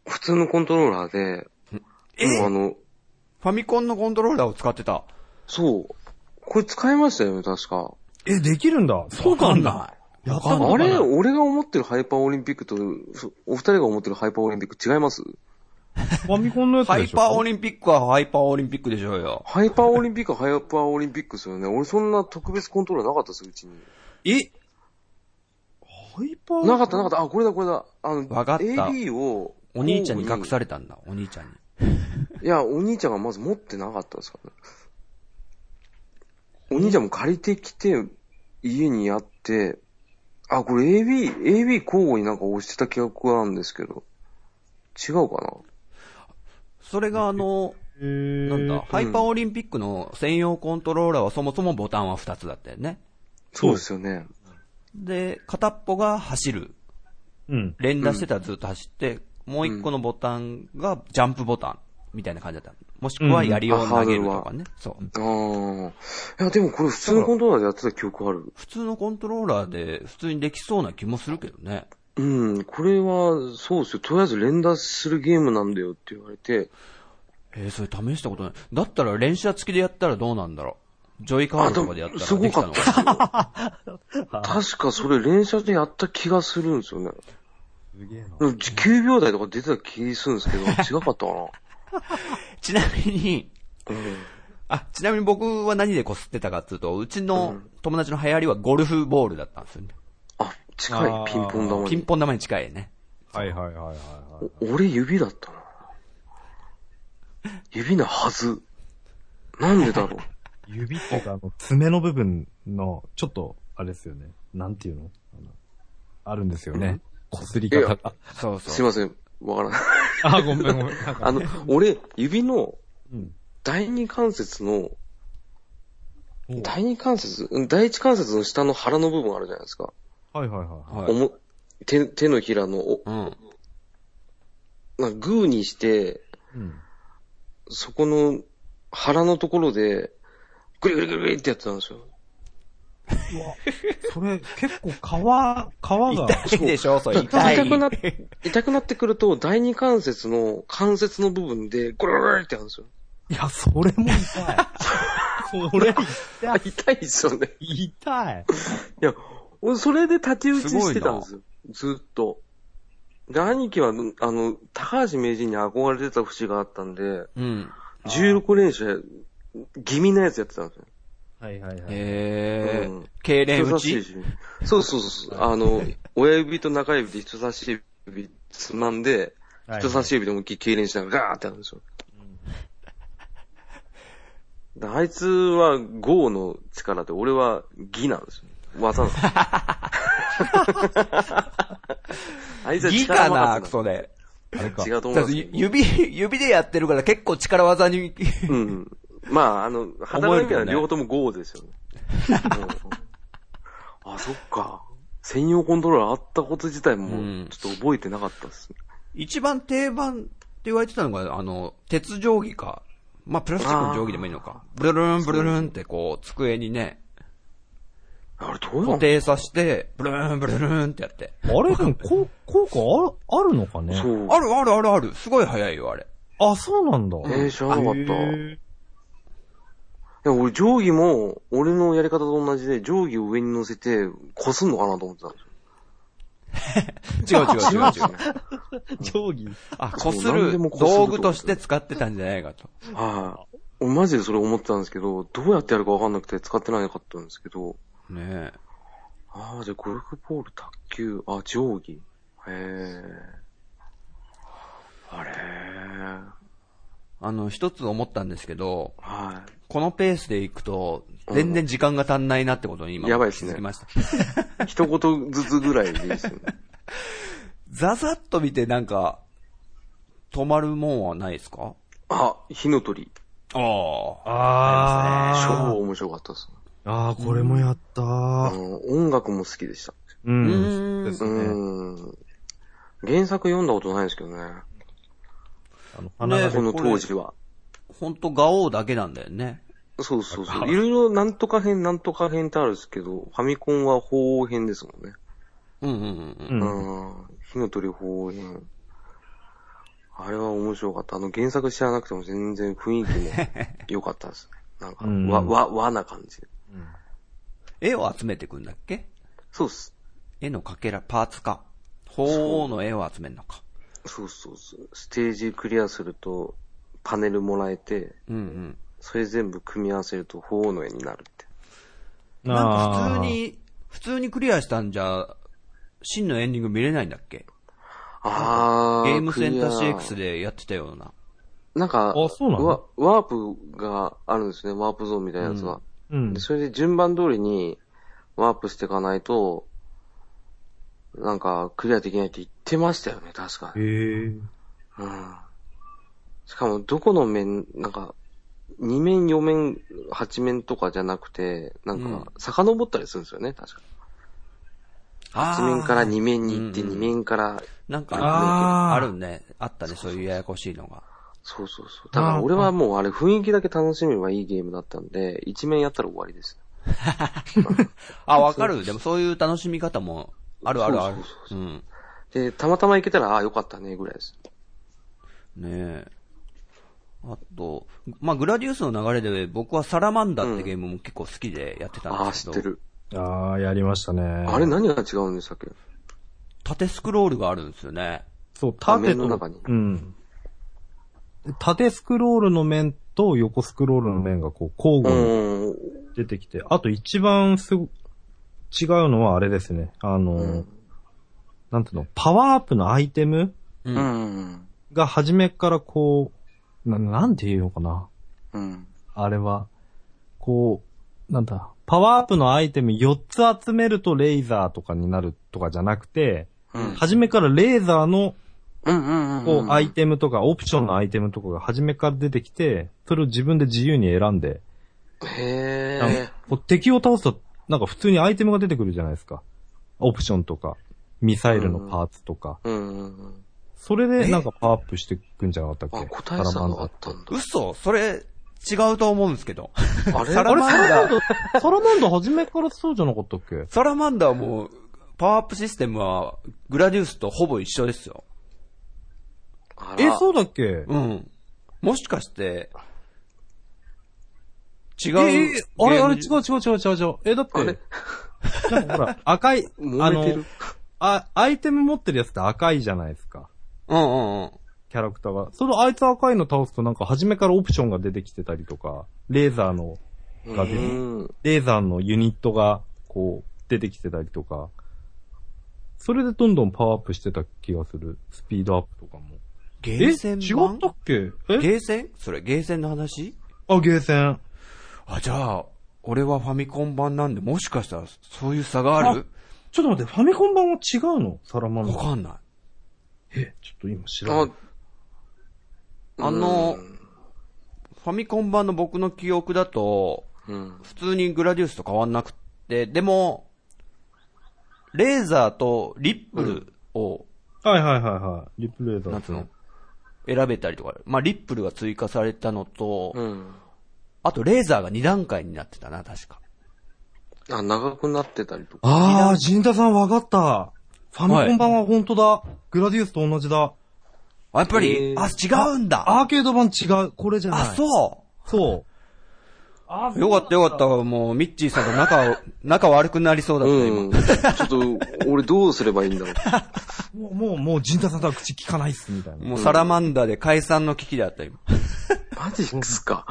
Speaker 3: 普通のコントローラーで、もうあの、
Speaker 2: ファミコンのコントローラーを使ってた。
Speaker 3: そう。これ使いましたよね、確か。
Speaker 1: え、できるんだ。そうなん
Speaker 2: わ
Speaker 1: だ
Speaker 2: か。
Speaker 1: やったんだ
Speaker 3: あれ俺が思ってるハイパーオリンピックと、そお二人が思ってるハイパーオリンピック違います
Speaker 1: ファミコンのやつ
Speaker 2: ハ
Speaker 1: で
Speaker 2: イ
Speaker 1: しょ
Speaker 2: パーオリンピックはハイパーオリンピックでしょうよ。
Speaker 3: ハイパーオリンピックはハイパーオリンピックですよね。俺そんな特別コントローラーなかったです、うちに。
Speaker 2: え
Speaker 1: ハイパー
Speaker 3: なかった、なかった。あ、これだ、これだ。あの、
Speaker 2: わかった
Speaker 3: AB を、
Speaker 2: お兄ちゃんに隠されたんだ、お兄ちゃんに。
Speaker 3: いや、お兄ちゃんがまず持ってなかったですからね。お兄ちゃんも借りてきて、家にやって、あ、これ AB、AB 交互になんか押してた記憶があるんですけど、違うか
Speaker 2: それがあの、
Speaker 1: えー
Speaker 2: なんだ、ハイパーオリンピックの専用コントローラーはそもそもボタンは2つだったよね。
Speaker 3: なそうですよね。
Speaker 2: で、片っぽが走る。
Speaker 1: うん。
Speaker 2: 連打してたらずっと走って、もう一個のボタンがジャンプボタンみたいな感じだった。もしくは槍を投げるとかね。そう。
Speaker 3: あー。いや、でもこれ普通のコントローラーでやってた記憶ある。
Speaker 2: 普通のコントローラーで普通にできそうな気もするけどね。
Speaker 3: うん、これは、そうですよ。とりあえず連打するゲームなんだよって言われて、
Speaker 2: えー、それ試したことない。だったら連射付きでやったらどうなんだろう。ジョイカードとかでやったら
Speaker 3: す
Speaker 2: で
Speaker 3: ご
Speaker 2: きた
Speaker 3: かっ
Speaker 2: のか
Speaker 3: たですよ。確かそれ連射でやった気がするんですよね。
Speaker 1: すげえな。
Speaker 3: でも9秒台とか出てた気するんですけど、 違かったかな。
Speaker 2: ちなみに、あ、ちなみに僕は何でこすってたかっていうと、うちの友達の流行りはゴルフボールだったんですよね。
Speaker 3: あ、近
Speaker 1: あー
Speaker 3: い、ピンポン玉
Speaker 2: ピン
Speaker 3: に。
Speaker 2: ポン玉に近いね。
Speaker 1: はいはいはいはいはい。
Speaker 3: お俺指だったな。指なはず。なんでだろう。
Speaker 1: 指っていうか、あの、爪の部分の、ちょっと、あれですよね。なんていうのあのあるんですよね。こすり
Speaker 3: い
Speaker 1: 方
Speaker 3: や
Speaker 1: が。
Speaker 2: そうそう。
Speaker 3: すいません、わからない。
Speaker 1: あ、ごめんごめん。なんか
Speaker 3: あの、俺、指の
Speaker 1: うん
Speaker 3: 第二関節の、第二関節うん第一関節の下の腹の部分あるじゃないですか。
Speaker 1: はいはいはい。
Speaker 2: は
Speaker 3: お
Speaker 2: い。
Speaker 3: も手手のひらの、お
Speaker 2: うん。
Speaker 3: なグーにして、
Speaker 1: うん。
Speaker 3: そこの腹のところで、グリグリグリグリってやってたんですよ。
Speaker 1: それ、結構皮、皮が、
Speaker 2: 痛いでしょ、それ。痛い。
Speaker 3: 痛くな、痛くなってくると、第二関節の関節の部分で、ゴロゴロってやるんですよ。
Speaker 1: いや、それも痛い。 それ、
Speaker 3: あ痛いですよね。
Speaker 1: 痛い。
Speaker 3: いや、俺それで立ち打ち
Speaker 2: すごいな
Speaker 3: してたんですよ。ずっと。で、兄貴は、あの、高橋名人に憧れてた節があったんで、
Speaker 2: うん。
Speaker 3: 16連射、気味なやつやってたんですよ。
Speaker 1: はいはいはい。
Speaker 2: へ
Speaker 3: うん
Speaker 2: ー。痙攣打
Speaker 3: 人差し
Speaker 2: ち
Speaker 3: 指そうそうそうそう。あの、親指と中指で人差し指つまんで、
Speaker 1: はい
Speaker 3: 人差し指で思いっきり痙攣しながらガーってやるんですよ。であいつは5の力で、俺は義なんですよ。技なんです よ。あいつはい
Speaker 2: い
Speaker 3: 力
Speaker 2: か
Speaker 3: 任せ
Speaker 2: なんク
Speaker 3: です
Speaker 2: ソで。
Speaker 1: あれか。
Speaker 3: 違うと思
Speaker 2: だ
Speaker 3: い
Speaker 2: っ
Speaker 3: ます
Speaker 2: て
Speaker 3: けど。
Speaker 2: 指、指でやってるから結構力技に、
Speaker 3: うん。まあ、あの、
Speaker 2: 思え
Speaker 3: 働
Speaker 2: る
Speaker 3: き
Speaker 2: けど
Speaker 3: は
Speaker 2: ね
Speaker 3: 両方とも5ですよね。うんあ、そっか。専用コントローラーあったこと自体
Speaker 2: う
Speaker 3: も
Speaker 2: ん、
Speaker 3: ちょっと覚えてなかったですね。
Speaker 2: 一番定番って言われてたのが、あの、鉄定規か。まあ、プラスチックの定規でもいいのか。ブルルン、ブルルンってこう、机にね、
Speaker 3: あれ、どうや
Speaker 2: 固
Speaker 3: っ
Speaker 2: 定
Speaker 3: て
Speaker 2: させて、ブルルン、ブルルンってやって。
Speaker 1: あれでも、こう効果あるあるのかね
Speaker 3: そう。
Speaker 2: あるあるあるある。すごい早いよ、あれ。
Speaker 1: あ、そうなんだ。
Speaker 3: えー知らなかった
Speaker 1: へー
Speaker 3: いや、俺、定規も、俺のやり方と同じで、定規を上に乗せて、こすんのかなと思ってたんですよ。
Speaker 2: 違う違う違う違う。
Speaker 1: 定規。
Speaker 2: あ、こす
Speaker 3: 何
Speaker 2: る
Speaker 3: でもこする
Speaker 2: 道具として使ってたんじゃないかと。
Speaker 3: はい。俺、マジでそれ思ってたんですけど、どうやってやるかわかんなくて使ってなかったんですけど、
Speaker 2: ねえ。
Speaker 3: ああ、じゃあ、ゴルフボール、卓球、あ、定規。へえ。あれー
Speaker 2: あの、一つ思ったんですけど、
Speaker 3: は
Speaker 2: このペースで行くと、全然時間が足んないなってことに今、
Speaker 3: やばいっすね
Speaker 2: 気づきました。
Speaker 3: い。一言ずつぐらいでいいですよ ね。
Speaker 2: ざざっと見てなんか、止まるもんはないですか
Speaker 3: あ、火の鳥。
Speaker 2: ああ。
Speaker 1: あー。
Speaker 3: 超面白かったですね。
Speaker 1: あー、これもやった
Speaker 3: あ
Speaker 1: ー。
Speaker 3: の音楽も好きでした。
Speaker 1: う。
Speaker 2: うんん。
Speaker 1: です
Speaker 3: う
Speaker 1: ね。
Speaker 3: ん。原作読んだことないんですけどね。
Speaker 1: あの、花
Speaker 2: ね
Speaker 1: が
Speaker 3: この当時は。
Speaker 2: ほんと、ガオーだけなんだよね。
Speaker 3: そうそうそう。いろいろなんとか編、なんとか編ってあるんですけど、ファミコンは鳳凰編ですもんね。
Speaker 2: うんうんうん
Speaker 1: うん
Speaker 3: うん。火の鳥鳳凰編。あれは面白かった。あの原作知らなくても全然雰囲気も良かったですね。なんか、
Speaker 1: うん
Speaker 3: わ、わ、和な感じ。
Speaker 2: 絵を集めてくんだっけ
Speaker 3: そうっす。
Speaker 2: 絵のかけら、パーツか。鳳凰の絵を集めるのか。
Speaker 3: そうそうそう。ステージクリアすると、パネルもらえて、
Speaker 2: うんうん。
Speaker 3: それ全部組み合わせると鳳凰の絵になるって。
Speaker 2: なんか普通。に、普通にクリアしたんじゃ、真のエンディング見れないんだっけ
Speaker 3: あー。
Speaker 2: ゲームセンター
Speaker 3: クリア
Speaker 2: CX でやってたような。
Speaker 3: なんか、
Speaker 1: あそうなの
Speaker 3: ワワープがあるんですね、ワープゾーンみたいなやつが。
Speaker 1: あーうん
Speaker 3: で。それで順番通りにワープしていかないと、なんかクリアできないって言ってましたよね、確か
Speaker 1: へ
Speaker 3: に。
Speaker 1: ー。
Speaker 3: うん。しかも、どこの面、なんか、2面、4面、8面とかじゃなくて、なん
Speaker 2: うん
Speaker 3: か、遡ったりするんですよね、確か。8面から2面に行って、
Speaker 2: うんうん
Speaker 3: 2面から、
Speaker 2: なんか、
Speaker 1: あー
Speaker 2: あるね。あったね、そういうややこしいのが。
Speaker 3: そうそうそう。だから俺はもうあれ雰囲気だけ楽しめばいいゲームだったんで、1面やったら終わりです。
Speaker 2: あ、わかる。でもそういう楽しみ方も、あるあるある
Speaker 3: そうそ。
Speaker 2: うん。
Speaker 3: で、たまたま行けたら、ああ、よかったね、ぐらいです。
Speaker 2: ねえ。あと、まあ、グラディウスの流れで、僕はサラマンダってゲームも結構好きでやってた
Speaker 3: あ
Speaker 2: ん
Speaker 3: あ、
Speaker 2: ですけ
Speaker 3: 知っ
Speaker 2: ど、
Speaker 3: てる。
Speaker 1: あー、やりましたね。
Speaker 3: あれ何が違うんでしたっけ
Speaker 2: 縦スクロールがあるんですよね。
Speaker 1: そう、縦
Speaker 3: 画面の中に
Speaker 1: うん。縦スクロールの面と横スクロールの面がこう交
Speaker 3: う
Speaker 1: 互に
Speaker 3: ん。
Speaker 1: 出てきて、あと一番すご、違うのはあれですね。あの、
Speaker 3: うん
Speaker 1: なんていうの、パワーアップのアイテム
Speaker 2: う。
Speaker 3: うんん。
Speaker 1: が初めからこう、ななんて言うのかな。
Speaker 3: うん。
Speaker 1: あれは、こう、なんだ、パワーアップのアイテム4つ集めるとレイザーとかになるとかじゃなくて、
Speaker 3: うん。
Speaker 1: 初めからレーザーの
Speaker 3: うんうん
Speaker 1: こ
Speaker 3: う。
Speaker 1: うんアイテムとか、オプションのアイテムとかが初めから出てきて、それを自分で自由に選んで、
Speaker 3: へ
Speaker 1: なん
Speaker 3: え
Speaker 1: か。こう敵を倒すと、なんか普通にアイテムが出てくるじゃないですか。オプションとか、ミサイルのパーツとか。
Speaker 3: うんうんうん。
Speaker 1: それでなんかパワーアップしていくんじゃなかったっ
Speaker 3: あ、
Speaker 1: け
Speaker 3: 答え差
Speaker 1: サラマン
Speaker 3: が
Speaker 1: ダ
Speaker 3: あっ。たんだ。
Speaker 2: 嘘それ、違うと思うんですけど。
Speaker 3: あれ
Speaker 2: サラ
Speaker 1: あれ、
Speaker 2: マ
Speaker 1: サ
Speaker 2: ン
Speaker 1: ラマ
Speaker 2: ダ
Speaker 1: ン、ダ、サラマンダ初めからそうじゃなかったっけ
Speaker 2: サラマンダはもう、パワーアップシステムは、グラディウスとほぼ一緒ですよ。
Speaker 3: あ
Speaker 1: え、
Speaker 3: ら
Speaker 1: そうだっけ
Speaker 2: うん。もしかして、違う
Speaker 1: え、え、あれ、あれ、違
Speaker 2: ゲーム
Speaker 1: う違う違う違う違う。え、だって、なんかほら、赤い、あ
Speaker 3: 揉めて
Speaker 1: の
Speaker 3: る、。
Speaker 1: あ、アイテム持ってるやつって赤いじゃないですか。
Speaker 2: うんうんうん。
Speaker 1: キャラクターが。そのあいつ赤いの倒すとなんか初めからオプションが出てきてたりとか、レーザーの、が出
Speaker 3: う
Speaker 1: て
Speaker 3: ん。
Speaker 1: レーザーのユニットがこう出てきてたりとか、それでどんどんパワーアップしてた気がする。スピードアップとかも。
Speaker 2: ゲ
Speaker 1: え違
Speaker 2: ー
Speaker 1: っ
Speaker 2: セン版
Speaker 1: たっけえ
Speaker 2: ゲーセンそれ、ゲーセンの話
Speaker 1: あ、ゲーセン。
Speaker 2: あ、じゃあ、俺はファミコン版なんで、もしかしたら、そういう差がある
Speaker 1: ちょっと待って、ファミコン版は違うのサラマン
Speaker 2: わ
Speaker 1: ダ。
Speaker 2: かんない。
Speaker 1: え、ちょっと今知らな
Speaker 3: あ
Speaker 1: い。、
Speaker 2: あの、ファミコン版の僕の記憶だと、
Speaker 3: うん。
Speaker 2: 普通にグラディウスと変わんなくって、でも、レーザーとリップルを、
Speaker 1: はいはいはいはい。リプレイだ。
Speaker 2: なんつうの、選べたりとか、まあ、リップルが追加されたのと、
Speaker 3: うん。
Speaker 2: あとレーザーが2段階になってたな、確か。
Speaker 3: あ、長くなってたりとか。
Speaker 1: あー、ジンタさんわかった。ファミコン版は本当だ。グラディウスと同じだ。
Speaker 2: あ、やっぱり、
Speaker 3: えー
Speaker 2: あ、違うんだ
Speaker 1: アーケード版違う。これじゃない。
Speaker 2: あ、そう
Speaker 1: そう。
Speaker 2: よかったよかった。もう、ミッチーさんと 仲を、仲悪くなりそうだった、
Speaker 3: うん。
Speaker 2: 今。
Speaker 3: ちょっと、俺どうすればいいんだろう。
Speaker 1: もう、もう、もう、陣田さんとは口聞かないっす、みたいな。も
Speaker 2: もうサラマンダで解散の危機だった、今。
Speaker 3: マジっすか。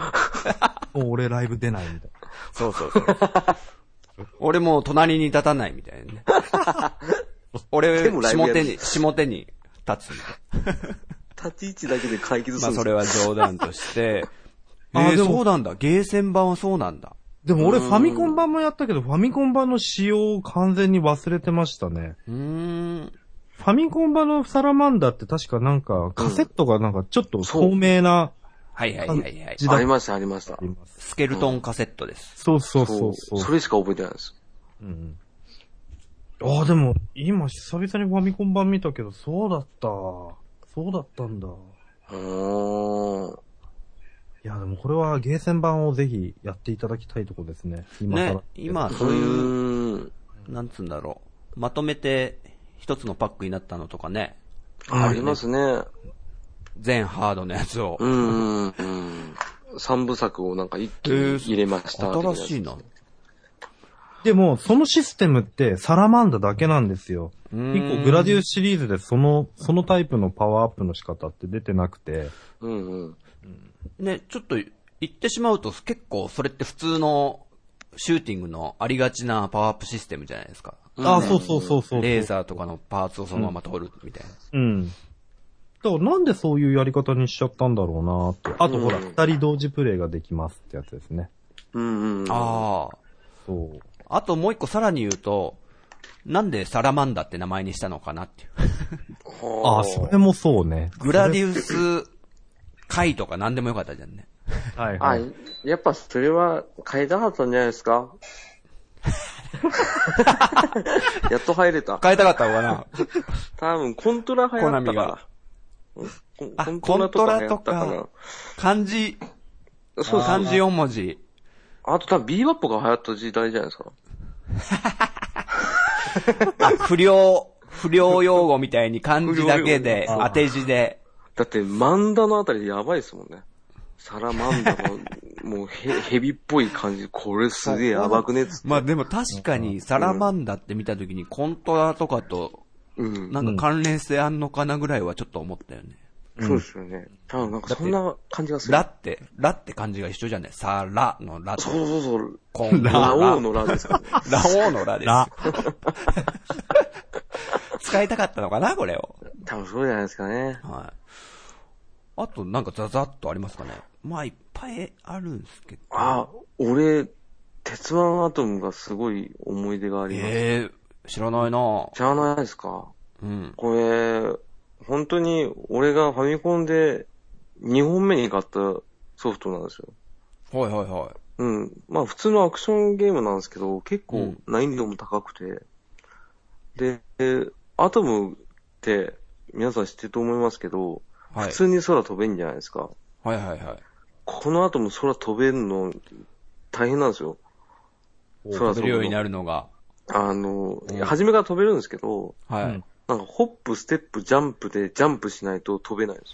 Speaker 1: う俺ライブ出ない、みたいな。
Speaker 2: そうそうそう。俺もう隣に立たないみたい なね。俺、
Speaker 3: でもライブ
Speaker 2: 下
Speaker 3: やる
Speaker 2: 手に、下手に立つみたい
Speaker 3: 立ち位置だけで解決す
Speaker 2: ま
Speaker 3: る
Speaker 2: あ
Speaker 3: ん
Speaker 2: そ
Speaker 3: です
Speaker 2: れは冗
Speaker 3: よ
Speaker 2: 談として、え
Speaker 1: あ
Speaker 2: ー、
Speaker 1: でも
Speaker 2: そうなんだ。ゲーセン版はそうなんだ。
Speaker 1: でも俺
Speaker 3: うん
Speaker 1: ファミコン版もやったけど、ファミコン版の仕様を完全に忘れてましたね。
Speaker 2: うーん。
Speaker 1: ファミコン版のサラマンダーって確かなんか、カセットがなんかちょっと透明な、
Speaker 2: はいはいはいはい。
Speaker 1: 時代
Speaker 3: ありました、ありました。
Speaker 2: スケルトンカセットです。
Speaker 1: そうそうそうそう。
Speaker 3: それしか覚えてないです。
Speaker 1: うん。ああ、でも、今久々にファミコン版見たけど、そうだった。そうだったんだ。
Speaker 3: うーん。
Speaker 1: いや、でもこれはゲーセン版をぜひやっていただきたいとこですね。今更
Speaker 2: ね。今、そうういう、
Speaker 3: ーん。
Speaker 2: なんつうんだろう。まとめて、一つのパックになったのとかね。
Speaker 3: ありますね。
Speaker 2: 全ハードのやつを
Speaker 3: う。ん。うん三部作をなんか一気
Speaker 2: え
Speaker 3: に
Speaker 2: ー
Speaker 3: 入れました。
Speaker 2: 新しいな。
Speaker 1: でも、そのシステムってサラマンダだけなんですよ。
Speaker 2: うーん
Speaker 1: 一個グラディウスシリーズでその、そのタイプのパワーアップの仕方って出てなくて。
Speaker 3: うんうん。
Speaker 2: ね、ちょっと言ってしまうと結構それって普通のシューティングのありがちなパワーアップシステムじゃないですか。
Speaker 1: ああ、そうそうそうそうそう。
Speaker 2: レーザーとかのパーツをそのまま取るみたいな。
Speaker 1: うん。だからなんでそういうやり方にしちゃったんだろうなって。あとほら、
Speaker 3: うん
Speaker 1: 二、人同時プレイができますってやつですね。
Speaker 3: うんうん。
Speaker 2: あ
Speaker 1: そう。
Speaker 2: あ。あともう一個さらに言うと、なんでサラマンダって名前にしたのかなっていう。
Speaker 1: あ
Speaker 3: は
Speaker 1: あ、それもそうね。
Speaker 2: グラディウス回とか何でもよかったじゃんね。
Speaker 1: はい
Speaker 3: あ
Speaker 1: はい。
Speaker 3: やっぱそれは変えたかったんじゃないです かやっと入れた。
Speaker 2: 変えたかったのかな
Speaker 3: 多分コントラ流行
Speaker 2: コナ
Speaker 3: った
Speaker 2: ミ
Speaker 3: か
Speaker 2: があ
Speaker 3: ら。んコン
Speaker 2: コント
Speaker 3: トラとか流行っ
Speaker 2: ラ
Speaker 3: た
Speaker 2: と
Speaker 3: か
Speaker 2: 漢字、
Speaker 3: ら。そうです
Speaker 2: 漢字4文字。
Speaker 3: あと多分ビーバップが流行った時代じゃないですか。
Speaker 2: あ、不良、不良用語みたいに漢字だけで、
Speaker 3: 不良用
Speaker 2: 当て字で。
Speaker 3: だって漫画のあたりやばいですもんね。サラマンダ の、もうヘヘビっぽい感じ、これすげえやばくねっつって。
Speaker 2: まあでも確かにサラマンダって見たときにコントラとかと
Speaker 3: うん。
Speaker 2: なんか関連性あんのかなぐらいはちょっと思ったよね。
Speaker 3: そうですよね。多分なんかそんな感じがする
Speaker 2: ラ。って、ラって漢字が一緒じゃないサラのラ
Speaker 3: そうそうそう。
Speaker 2: コントラ。
Speaker 3: ラオウ のラですかね。
Speaker 2: ラオウのラです
Speaker 1: ラ。
Speaker 2: 使いたかったのかなこれを。
Speaker 3: 多分そうじゃないですかね。
Speaker 2: はい。あとなんかザザっとありますかねまあいっぱいあるんですけど。
Speaker 3: あ、俺、鉄腕アトムがすごい思い出があります。
Speaker 2: ええ知らないなぁ
Speaker 3: じゃないですか。
Speaker 2: うん。
Speaker 3: これ、本当に俺がファミコンで2本目に買ったソフトなんですよ。
Speaker 2: はいはいはい。
Speaker 3: うん。まあ普通のアクションゲームなんですけど、結
Speaker 2: う
Speaker 3: 構
Speaker 2: ん
Speaker 3: 難易度も高くて。でで、アトムって皆さん知ってると思いますけど、
Speaker 2: はい
Speaker 3: 普。通に空飛べんじゃないですか。
Speaker 2: はいはいはい。
Speaker 3: このアトム空飛べんの大変なんですよ。空
Speaker 2: 飛べるようにな
Speaker 3: る。
Speaker 2: るのが。
Speaker 3: あの、
Speaker 2: うん
Speaker 3: 初めから飛べるんですけど、
Speaker 2: はい。
Speaker 1: うん
Speaker 3: なんかホップ、ステップ、ジャンプでジャンプしないと飛べないんです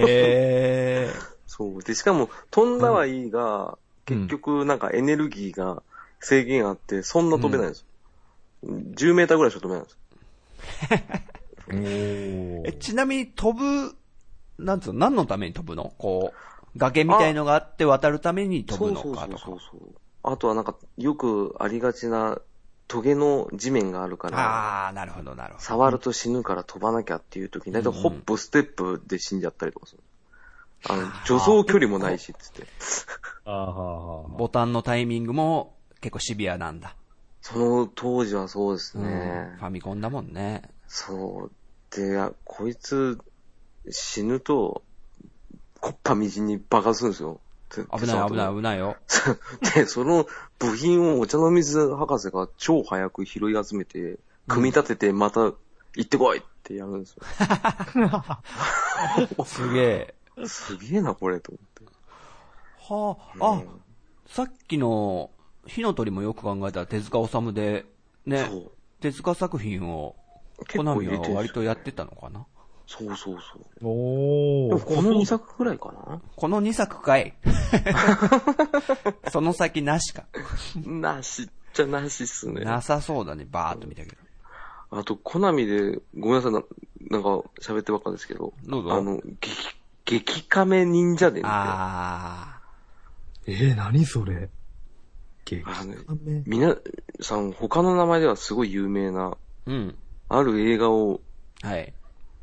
Speaker 3: よ。
Speaker 2: へー。
Speaker 3: そう。で、しかも、飛んだはいいが、結局、なんかエネルギーが制限あって、そんな飛べないんですよ。10メーターぐらいしか飛べないんですよ。
Speaker 1: おー
Speaker 2: え、ちなみに飛ぶ、なんつうの、何のために飛ぶのこう、崖みたいのがあって渡るために飛ぶのかと
Speaker 3: そ
Speaker 2: か
Speaker 3: う。そうそうそう。あとはなんか、よくありがちな、トゲの地面があるから、
Speaker 2: あー、なるほどなるほど。
Speaker 3: 触ると死ぬから飛ばなきゃっていう時に、だいたいホップ、ステップで死んじゃったりとかする。あの、助走距離もないし、つって。
Speaker 1: あーはーはーはー
Speaker 2: ボタンのタイミングも結構シビアなんだ。
Speaker 3: その当時はそうです
Speaker 2: うん
Speaker 3: ね。
Speaker 2: ファミコンだもんね。
Speaker 3: そう。で、あこいつ、死ぬと、こっぱみじんに爆発するんですよ。て
Speaker 2: 危ない危ない。危ないよ。
Speaker 3: 手 触るとで、その部品をお茶の水博士が超早く拾い集めて、組み立ててまた行ってこいってやるんですよ。
Speaker 2: すげえ。
Speaker 3: すげえな、これ、と思って。
Speaker 2: はあ、あ、さっきの火の鳥もよく考えたら手塚治虫で、ね
Speaker 3: そう、
Speaker 2: 手塚作品を、
Speaker 3: 結
Speaker 2: コナ
Speaker 3: 構
Speaker 2: ミ
Speaker 3: 入れ
Speaker 2: は
Speaker 3: てるんで
Speaker 2: 割
Speaker 3: すよ
Speaker 2: とやってたのかな
Speaker 3: そうそうそう。
Speaker 1: お
Speaker 3: でも
Speaker 1: ー
Speaker 3: この2作くらいかな
Speaker 2: この2作か い。その先なしか。
Speaker 3: な しっちゃなしっすね。
Speaker 2: なさそうだね、バーっと見たけど。
Speaker 3: あと、コナミで、ごめんなさいな、なんか喋ってばっかですけど、
Speaker 2: どうぞ
Speaker 3: あの、激、激カメ忍者伝って、
Speaker 2: あ
Speaker 3: あ
Speaker 1: えー、何それ激カ
Speaker 3: の、
Speaker 1: メ。
Speaker 3: 皆さん、他の名前ではすごい有名な、
Speaker 2: ー。うん。
Speaker 3: ある映画を
Speaker 2: はい。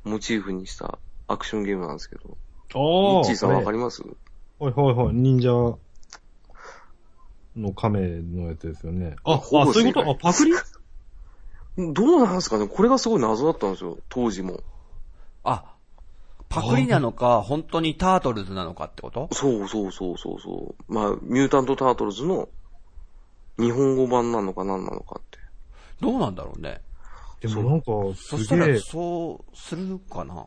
Speaker 3: モチーフにしたアクションゲームなんですけど。
Speaker 1: お
Speaker 3: ミッチーさんわかります
Speaker 1: はいはいはい、忍者の亀のやつですよね。あ、あ
Speaker 3: ほぼ
Speaker 1: そういうこ
Speaker 3: 正
Speaker 1: と
Speaker 3: 解
Speaker 1: あ、パクリ
Speaker 3: どうなんですかねこれがすごい謎だったんですよ。当時も。
Speaker 2: あ、パクリなのか、本当にタートルズなのかってこと
Speaker 3: そうそうそうそうそう。まあ、ミュータント・タートルズの日本語版なのか何なのかって。
Speaker 2: どうなんだろうね。
Speaker 1: でもなんか、
Speaker 2: そ
Speaker 1: す
Speaker 2: した
Speaker 1: げ
Speaker 2: ら、
Speaker 1: え、
Speaker 2: そうするかな。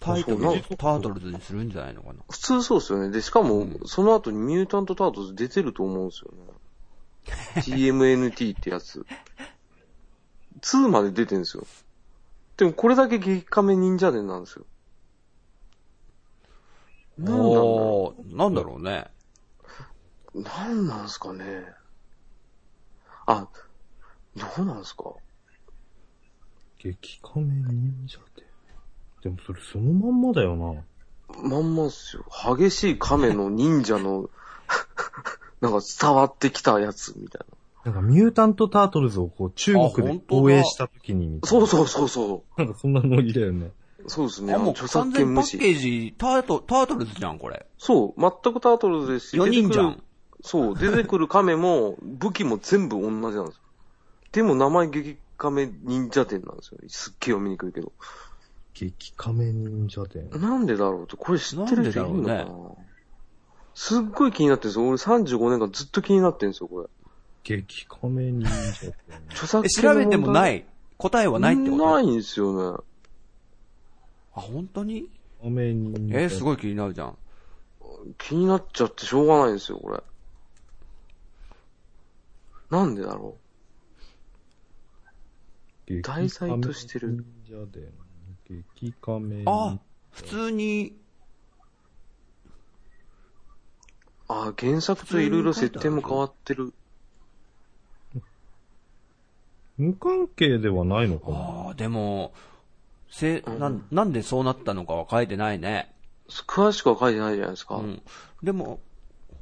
Speaker 2: タイトル
Speaker 3: そう
Speaker 2: を
Speaker 3: なん
Speaker 2: タートルズにするんじゃないのかな。
Speaker 3: 普通そうですよね。で、しかも、その後にミュータント・タートルズ出てると思うんですよ ね。TMNT ってやつ。2まで出てるんですよ。でもこれだけ激カメ忍者伝なんですよ。なんなんだろ
Speaker 2: おーなんだろうね。
Speaker 3: う。なんなんすかね。あ、どうなんすか。
Speaker 1: 激カメ忍者って。でもそれそのまんまだよな。
Speaker 3: まんまっすよ。激しい亀の忍者の、 なんか伝わってきたやつみたい
Speaker 1: な
Speaker 3: な。
Speaker 1: んかミュータントタートルズをこう中国
Speaker 2: あ
Speaker 1: で
Speaker 2: 本当だ
Speaker 1: 応援した時にみたいな。
Speaker 3: そうそうそうそ
Speaker 1: なんかそんなノリだよね。
Speaker 3: う。そうですね。
Speaker 2: あ、もう完
Speaker 3: 著作
Speaker 2: 全
Speaker 3: 権
Speaker 2: にパ
Speaker 3: 無
Speaker 2: ッ
Speaker 3: 視。
Speaker 2: ケージ、タート、タートルズじゃん、これ。
Speaker 3: そう、全くタートルズですし、
Speaker 2: 4人じゃ
Speaker 3: 出て
Speaker 2: ん
Speaker 3: くる。。そう、出てくる亀も、武器も全部同じなんですよ。でも名前激亀忍者店なんですよ。すっげえ読みにくいけど。
Speaker 1: 激カメ忍者伝。
Speaker 3: なんでだろうって、これ知ってる人いるのかな
Speaker 2: なんでだ
Speaker 3: すっごい気になってるんですよ。俺35年間ずっと気になってるんですよ、これ。
Speaker 1: 激カメ忍 者伝。
Speaker 3: 著作
Speaker 2: え、
Speaker 3: 権
Speaker 2: 調べ
Speaker 3: の問題
Speaker 2: てもない。答えはないってこと
Speaker 3: ないんですよね。
Speaker 2: あ、本当に
Speaker 1: カメ忍者
Speaker 2: えーすごい気になるじゃん。
Speaker 3: 気になっちゃってしょうがないんですよ、これ。なんでだろ
Speaker 1: い
Speaker 3: 題材としてる。
Speaker 1: 忍者伝。激カメ忍
Speaker 2: あ、普通に、
Speaker 3: う。あー、原作といろいろ設定も変わってる。
Speaker 1: 無関係ではないのかな
Speaker 2: ああ、でも、せ、なん、なんでそうなったのかは書いてないね。
Speaker 3: 詳しくは書いてないじゃないですか。
Speaker 2: うん。でも、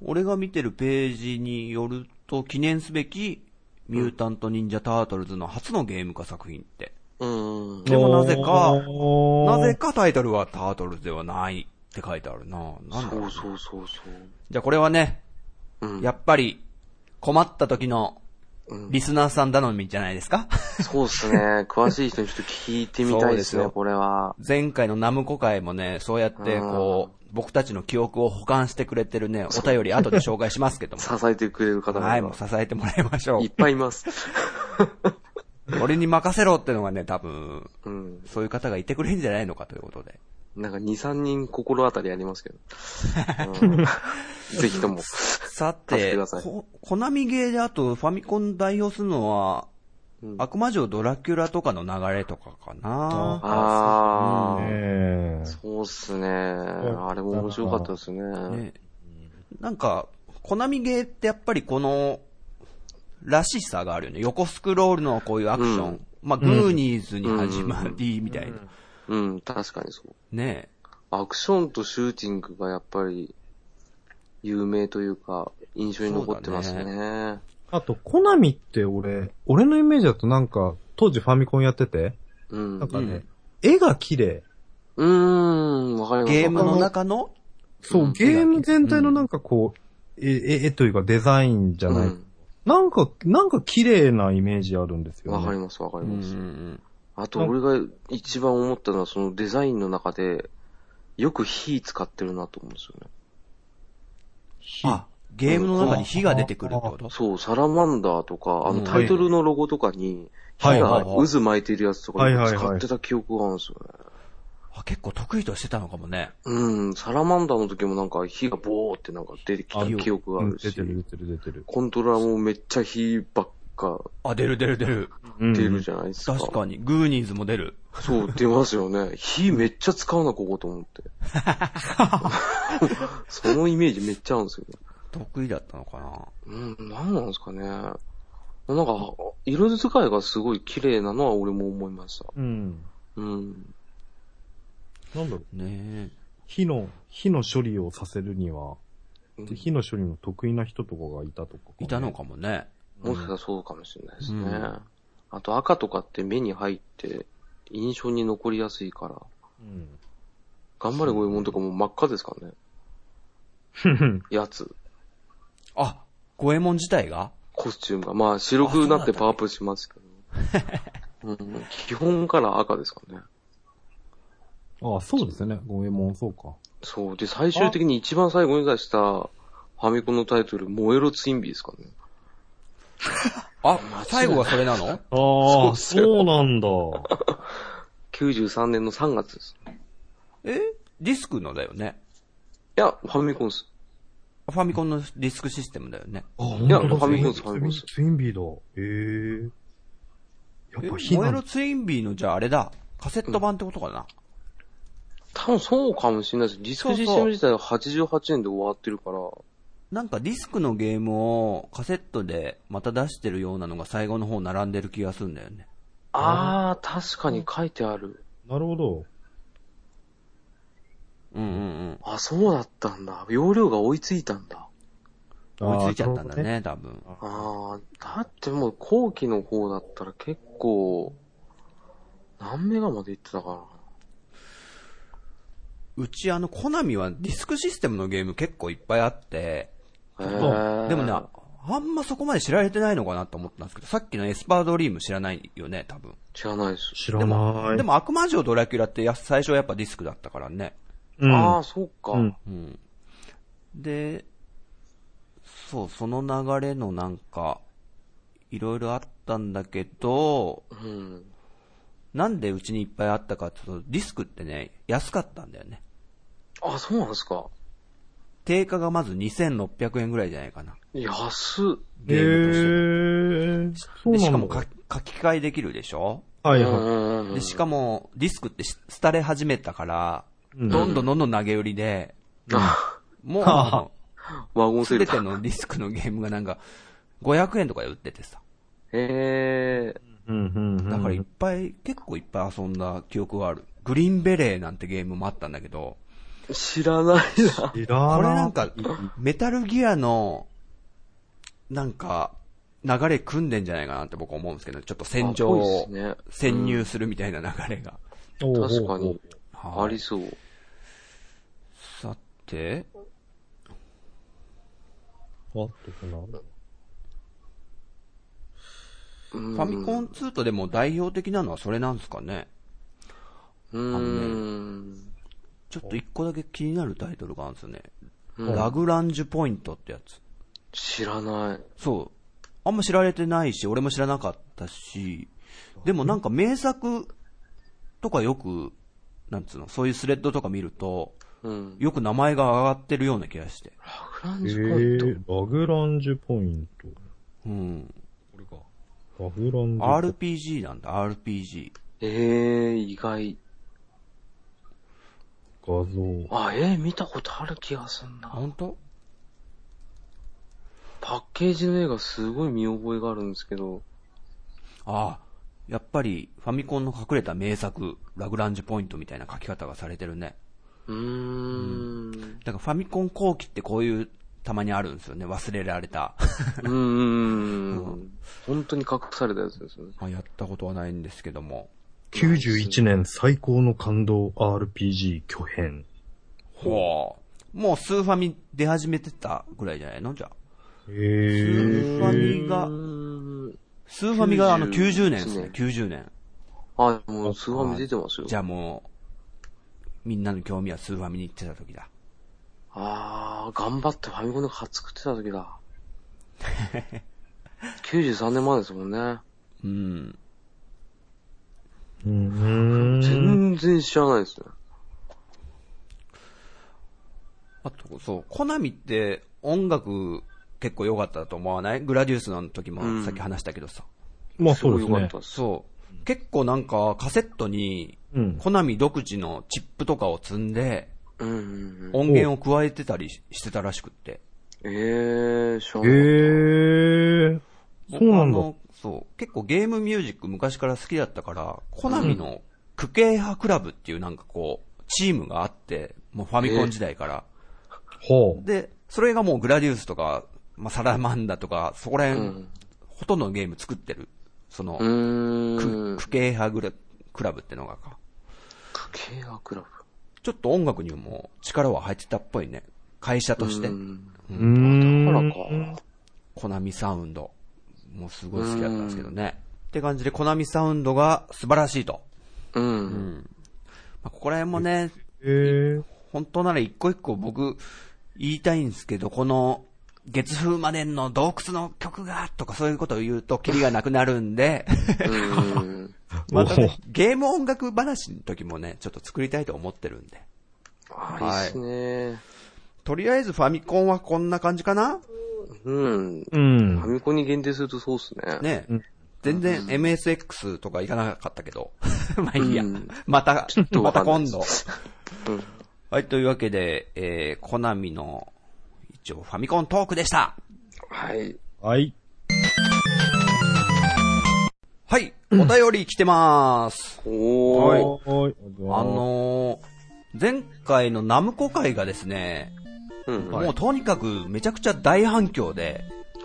Speaker 2: 俺が見てるページによると、記念すべき、ミュータント・忍者・タートルズの初のゲーム化作品って。
Speaker 3: うん。
Speaker 2: でもなぜか
Speaker 1: おー
Speaker 2: なぜかタイトルはタートルズではないって書いてあるな。なんだろう
Speaker 3: そうそうそうそう。
Speaker 2: じゃあこれはね、
Speaker 3: うん。
Speaker 2: やっぱり、困った時の、
Speaker 3: うん
Speaker 2: リスナーさん頼みじゃないですか
Speaker 3: そうっすね。詳しい人にちょっと聞いてみたいです
Speaker 2: そうです
Speaker 3: ね、
Speaker 2: よ
Speaker 3: これは。
Speaker 2: 前回のナムコ会もね、そうやってこう、僕たちの記憶を保管してくれてるね、お便り後で紹介しますけ ども
Speaker 3: 支。えてくれる方が
Speaker 2: はい、もう支えてもらいましょ
Speaker 3: いっぱいいます。
Speaker 2: う。俺に任せろってのがね、多分、
Speaker 3: うん。
Speaker 2: そういう方がいてくれるんじゃないのかということ で。
Speaker 3: なんか2、3人心当たりありますけど。うんぜひとも。
Speaker 2: さ
Speaker 3: 助け
Speaker 2: て
Speaker 3: てくださ、い
Speaker 2: こコナミゲーであとファミコン代表するのは、
Speaker 3: うん
Speaker 2: 悪魔城ドラキュラとかの流れとかかな。
Speaker 3: あー。
Speaker 1: ええ
Speaker 3: そうっすね。あれも面白かったですね。
Speaker 2: ね、なんか、コナミゲーってやっぱりこの、らしさがあるよね。横スクロールのこういうアクション。
Speaker 3: うん
Speaker 2: まあ、グーニーズに始まり、みたいな。
Speaker 3: うん、確かにそう。
Speaker 2: ね
Speaker 3: アクションとシューティングがやっぱり、有名というか、印象に残ってます
Speaker 2: そう
Speaker 3: ね。
Speaker 1: あと、コナミって俺、俺のイメージだとなんか、当時ファミコンやってて、
Speaker 3: うん。
Speaker 1: なん
Speaker 3: う
Speaker 1: かね、絵が綺麗。
Speaker 3: ーん、わかります。
Speaker 2: ゲーム
Speaker 3: わか
Speaker 2: の中の、
Speaker 1: そう、ゲーム全体
Speaker 2: う
Speaker 1: の
Speaker 2: ん
Speaker 1: なんかこう、え絵、絵というかデザインじゃ
Speaker 3: り
Speaker 1: な
Speaker 3: ま
Speaker 1: い。
Speaker 3: す
Speaker 1: なんか、なんか綺麗なイメージあるんです
Speaker 3: うん
Speaker 1: よ、ね。
Speaker 3: わかります、わかり
Speaker 2: うんう
Speaker 3: ま
Speaker 2: んう
Speaker 3: す。
Speaker 2: ん
Speaker 3: あと、俺が一番思ったのは、そのデザインの中で、よく火使ってるなと思うんですよね。
Speaker 2: あ、ゲームの中に火が出てくるってこと
Speaker 3: そう、サラマンダーとか、あ
Speaker 2: う
Speaker 3: の
Speaker 2: ん
Speaker 3: タイトルのロゴとかに、
Speaker 1: は
Speaker 3: 火
Speaker 1: い
Speaker 3: が
Speaker 2: はいはい
Speaker 3: 渦巻いてるやつとか
Speaker 1: はい
Speaker 3: よ
Speaker 1: はい
Speaker 3: く
Speaker 1: はい
Speaker 3: 使ってた記憶があるんですよね。
Speaker 2: あ結構得意としてたのかもね。
Speaker 3: うん、サラマンダーの時もなんか火がボーってなんか出てき
Speaker 1: あ
Speaker 3: た記憶があ
Speaker 1: うん
Speaker 3: る
Speaker 1: 出
Speaker 3: し、
Speaker 1: てる出てる出てる。
Speaker 3: コントローラーもめっちゃ火ばっか
Speaker 2: あ、出る出る出る。
Speaker 1: うん
Speaker 3: 出るじゃないですか。
Speaker 2: 確かに。グーニーズも出る。
Speaker 3: そう、出ますよね。火めっちゃ使うな、ここと思って。 そのイメージめっちゃあるんですよね。
Speaker 2: 得意だったのかな。
Speaker 3: うん、なんなんですかね。なんか、色使いがすごい綺麗なのは俺も思いました。
Speaker 1: うん。
Speaker 3: うん。
Speaker 1: なんだろう。
Speaker 2: ね
Speaker 1: 火の、火の処理をさせるには、
Speaker 3: うん
Speaker 1: 火の処理の得意な人とかがいたとかかね、
Speaker 2: え。いたのかもね。
Speaker 3: もしかしたらそうかもしれないですね。
Speaker 2: うん
Speaker 3: あと赤とかって目に入って印象に残りやすいから、
Speaker 1: うん。
Speaker 3: 頑張れゴエモンとかもう真っ赤ですからね。やつ。
Speaker 2: あ、五右衛門自体が
Speaker 3: コスチュームが。まあ、白くなってパワーアップしますけ ど。うん、基本から赤ですからね。
Speaker 1: ああ、そうですよね。ごめんもん、そうか。
Speaker 3: そう。で、最終的に一番最後に出したファミコンのタイトル、燃えろツインビーですからね。
Speaker 2: あ、最後がそれなの
Speaker 1: あ
Speaker 3: っ
Speaker 1: あ、
Speaker 3: すよ
Speaker 1: そうなんだ。
Speaker 3: 93年の3月です。
Speaker 2: えディスクのだよね。
Speaker 3: いや、ファミコンです。
Speaker 2: ファミコンのディスクシステムだよね。
Speaker 1: あ、ほ
Speaker 3: いやファミコンですファミコンです
Speaker 1: ツインビーだ。へえ。
Speaker 2: え
Speaker 1: やっぱ火
Speaker 2: 燃え
Speaker 1: な
Speaker 2: ろ
Speaker 1: ん
Speaker 2: ツインビーのじゃああれだ。カセット版ってことかな。
Speaker 3: 多分そうかもしれないです。ディスクシステム自体は88年で終わってるから、
Speaker 2: なんかディスクのゲームをカセットでまた出してるようなのが最後の方並んでる気がするんだよね。
Speaker 3: あー、確かに書いてある。
Speaker 1: なるほど。
Speaker 2: うんうん
Speaker 3: あ、そうだったんだ。容量が追いついたんだ。
Speaker 2: うん。追いついちゃったんだ。ね、多分。
Speaker 3: あー、だってもう後期の方だったら結構、何メガまでいってたか
Speaker 2: うちあの、コナミはディスクシステムのゲーム結構いっぱいあって、
Speaker 3: な。へー
Speaker 2: でもね、あんまそこまで知られてないのかなと思ったんですけど、さっきのエスパードリーム知らないよね、多分。
Speaker 3: 知らないです。
Speaker 1: 知らない。
Speaker 2: で、も悪魔城ドラキュラってや最初はやっぱディスクだったからね。
Speaker 1: うん、
Speaker 3: ああ、そうか。
Speaker 1: うん。
Speaker 2: うん。で、そう、その流れのなんか、いろいろあったんだけど、
Speaker 3: うん。
Speaker 2: なんでうちにいっぱいあったかっていうと、ディスクってね、安かったんだよね。
Speaker 3: あ、そうなんですか。
Speaker 2: 定価がまず2600円ぐらいじゃないかな。
Speaker 3: 安っ。
Speaker 1: へ
Speaker 2: ゲームとして
Speaker 1: え。そうなんだ。
Speaker 2: でしかも書き書き換えできるでしょ
Speaker 1: は
Speaker 3: う
Speaker 1: い
Speaker 3: ん
Speaker 1: は
Speaker 3: うんうん
Speaker 2: で、しかも、ディスクってし廃れ始めたから、
Speaker 1: うん
Speaker 2: どんどんどんどん投げ売りで、
Speaker 3: あ
Speaker 2: もう
Speaker 1: は
Speaker 2: あ
Speaker 3: ワゴ
Speaker 2: の、
Speaker 3: ン
Speaker 2: す
Speaker 3: セ
Speaker 2: べ
Speaker 3: ル
Speaker 2: て
Speaker 3: だ。
Speaker 2: のディスクのゲームがなんか、500円とかで売っててさ。
Speaker 3: へえ。
Speaker 1: い。うん、うん、うん。
Speaker 2: だからいっぱい、結構いっぱい遊んだ記憶がある。グリーンベレーなんてゲームもあったんだけど、
Speaker 3: 知らないな。
Speaker 1: 知らない。
Speaker 2: これなんか、メタルギアの、なんか、流れ組んでんじゃないかなって僕思うんですけど、ちょっと戦場
Speaker 3: あ多いっ
Speaker 2: を
Speaker 3: すね
Speaker 2: 潜入するみたいな流れが。
Speaker 1: おう、
Speaker 3: 確か
Speaker 1: おう
Speaker 3: に。。
Speaker 2: はい
Speaker 3: ありそう。
Speaker 2: さて、
Speaker 1: おうあってな
Speaker 3: フ
Speaker 2: ファミコ
Speaker 3: ン
Speaker 2: ン2とでも代表的なのはそれなんですかね。
Speaker 3: うーん。
Speaker 2: ちょっと一個だけ気になるタイトルがあるんですよね。
Speaker 3: うん
Speaker 2: ラグランジュポイントってやつ。
Speaker 3: 知らない。
Speaker 2: そう。あんま知られてないし、俺も知らなかったし、でもなんか名作とかよく、なんつうの、そういうスレッドとか見ると、
Speaker 3: うん。
Speaker 2: よく名前が上がってるような気がして。
Speaker 3: ラグラン
Speaker 1: え
Speaker 3: ジポイント。
Speaker 1: ー、ラグランジュポイン
Speaker 2: うん。
Speaker 1: ト。ラグランジュポイント。
Speaker 2: RPG なんだ、RPG。
Speaker 3: ええ、意外。
Speaker 1: 画像。
Speaker 3: あ、ええ、見たことある気がすんな。
Speaker 2: 本当？
Speaker 3: パッケージの絵がすごい見覚えがあるんですけど。
Speaker 2: ああ、やっぱりファミコンの隠れた名作、ラグランジュポイントみたいな書き方がされてるね。
Speaker 3: うーん。
Speaker 2: だからファミコン後期ってこういう、たまにあるんですよね。忘れられた。
Speaker 3: うーん。本当に隠されたやつですよね。
Speaker 2: まあやったことはないんですけども。
Speaker 1: 91年最高の感動 RPG 巨編。
Speaker 2: ほう。もうスーファミ出始めてたぐらいじゃないのじゃあ。
Speaker 1: え
Speaker 2: スーファミ
Speaker 3: う
Speaker 2: が、
Speaker 3: ーん
Speaker 2: スーファミがあの90年ですね
Speaker 3: 91。
Speaker 2: 90年。
Speaker 3: あ、もう、すごい出てますよ。
Speaker 2: じゃあもう、みんなの興味はスーファミに行ってた時だ。
Speaker 3: あー、頑張ってファミコンで初作ってた時 だ。93年前ですもんね。
Speaker 2: うん。
Speaker 1: うん。
Speaker 3: 全然知らないですね。
Speaker 2: あと、そう、コナミって音楽結構良かったと思わないグラディウスの時
Speaker 3: う
Speaker 2: も
Speaker 3: ん
Speaker 2: さっき話したけどさ。
Speaker 1: まあそうです
Speaker 3: すごい
Speaker 1: ね
Speaker 3: 良かっ。たです。
Speaker 2: そう。結構なんかカセットに、
Speaker 1: うん。
Speaker 2: コナミ独自のチップとかを積んで、
Speaker 3: うんうんうん。
Speaker 2: 音源を加えてたりししてたらしくって。
Speaker 3: えー、知ら
Speaker 1: え
Speaker 3: なかっ
Speaker 1: ー、そうなん
Speaker 2: 僕
Speaker 1: だ。
Speaker 2: あのそう。結構ゲームミュージック昔から好きだったから、コナミのクケ派クラブっていうなんかこう、チームがあって、もうファミコン時代から。
Speaker 1: ほう。
Speaker 2: で、それがもうグラディウスとか、まあ、サラマンダとか、そこら辺、
Speaker 3: うん
Speaker 2: ほとんどのゲーム作ってる。その、
Speaker 3: た。うーん。
Speaker 2: クク系派グラクラブってのがか。
Speaker 3: クケアクラブ。
Speaker 2: ちょっと音楽にも力は入ってたっぽいね。会社として
Speaker 3: う。ん
Speaker 1: う
Speaker 3: あら
Speaker 1: ん。
Speaker 3: か。
Speaker 2: コナミサウンド。もうすごい好きだったんですけどね。って感じで、コナミサウンドが素晴らしいと。
Speaker 3: う。
Speaker 2: うん ん。まあ、ここら辺もね、
Speaker 1: えー、
Speaker 2: 本当なら一個一個僕言いたいんですけど、この月風マネンの洞窟の曲がとかそういうことを言うとキリがなくなるんで、
Speaker 3: うん。
Speaker 2: またね
Speaker 1: おお
Speaker 2: ゲーム音楽話の時もね、ちょっと作りたいと思ってるんで。
Speaker 3: ああ、いいっすね。
Speaker 2: とりあえずファミコンはこんな感じかな
Speaker 3: うん。
Speaker 1: う
Speaker 3: ファ
Speaker 1: ん。
Speaker 3: ミコンに限定するとそうっすね。
Speaker 2: ね
Speaker 1: うん
Speaker 2: 全然 MSX とか行かなかったけ ど。まあいいや
Speaker 3: うん。
Speaker 2: また
Speaker 3: と、
Speaker 2: ま
Speaker 3: わか
Speaker 2: た
Speaker 3: んない
Speaker 2: 今度。
Speaker 3: うん
Speaker 2: はい、というわけで、えー、コナミの一応ファミコントークでした。
Speaker 3: はい。
Speaker 1: はい。
Speaker 2: はい、お便り来てまーす。
Speaker 3: お
Speaker 2: はい
Speaker 3: ー。
Speaker 1: はい。
Speaker 2: あ、のー、前回のナムコ会がですね、
Speaker 3: うん。
Speaker 2: もうとにかくめちゃくちゃ大反響で、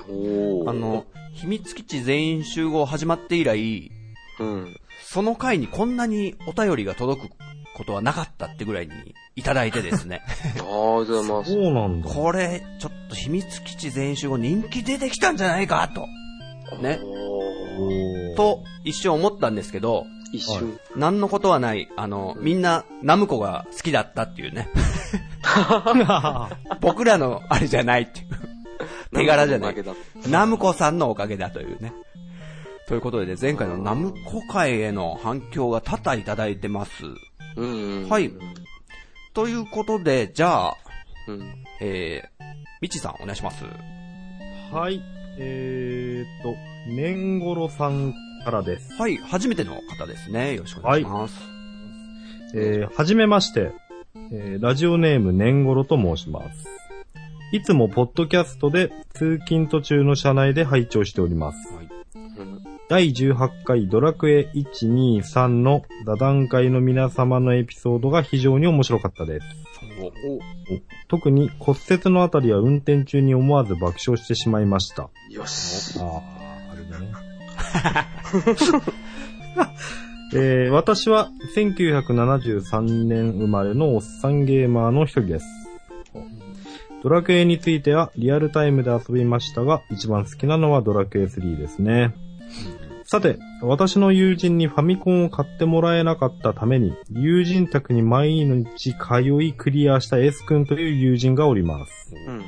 Speaker 3: おー。
Speaker 2: あ、の、秘密基地全員集合始まって以来、
Speaker 3: うん。
Speaker 2: その回にこんなにお便りが届くことはなかったってぐらいにいただいてです ね、
Speaker 3: ああ、ございます。
Speaker 1: そうなんだ。
Speaker 2: これ、ちょっと秘密基地全員集合人気出てきたんじゃないかと、ね、
Speaker 3: おー
Speaker 1: おー、
Speaker 2: と一瞬思ったんですけど、
Speaker 3: 一瞬。
Speaker 2: なんのことはない、あの、みんなナムコが好きだったっていうね。 僕らのあれじゃない っていう。手柄じゃない
Speaker 3: んか。の負け
Speaker 2: ナムコさんのおかげだというね。ということでね、前回のナムコ会への反響が多々いただいてます。
Speaker 3: だうん。
Speaker 2: はい。ということで、じゃあ、
Speaker 3: うん。
Speaker 2: えー、みちさんお願いします。
Speaker 1: はい。えーっと、年頃さんからです。
Speaker 2: はい、初めての方ですね。よろしくお願いします。
Speaker 1: えーはじめまして。えーラジオネーム年頃と申します。いつもポッドキャストで通勤途中の車内で拝聴しております。
Speaker 3: うん
Speaker 1: 第18回ドラクエ123の座談会の皆様のエピソードが非常に面白かったです。
Speaker 2: お
Speaker 1: 特に骨折のあたりは運転中に思わず爆笑してしまいました。
Speaker 3: よし。
Speaker 1: ああ、あれだね。えー私は1973年生まれのおっさんゲーマーの一人です。ドラクエについてはリアルタイムで遊びましたが、一番好きなのはドラクエ3ですね。さて、私の友人にファミコンを買ってもらえなかったために、友人宅に毎日通いクリアした S 君という友人がおります。
Speaker 3: うん。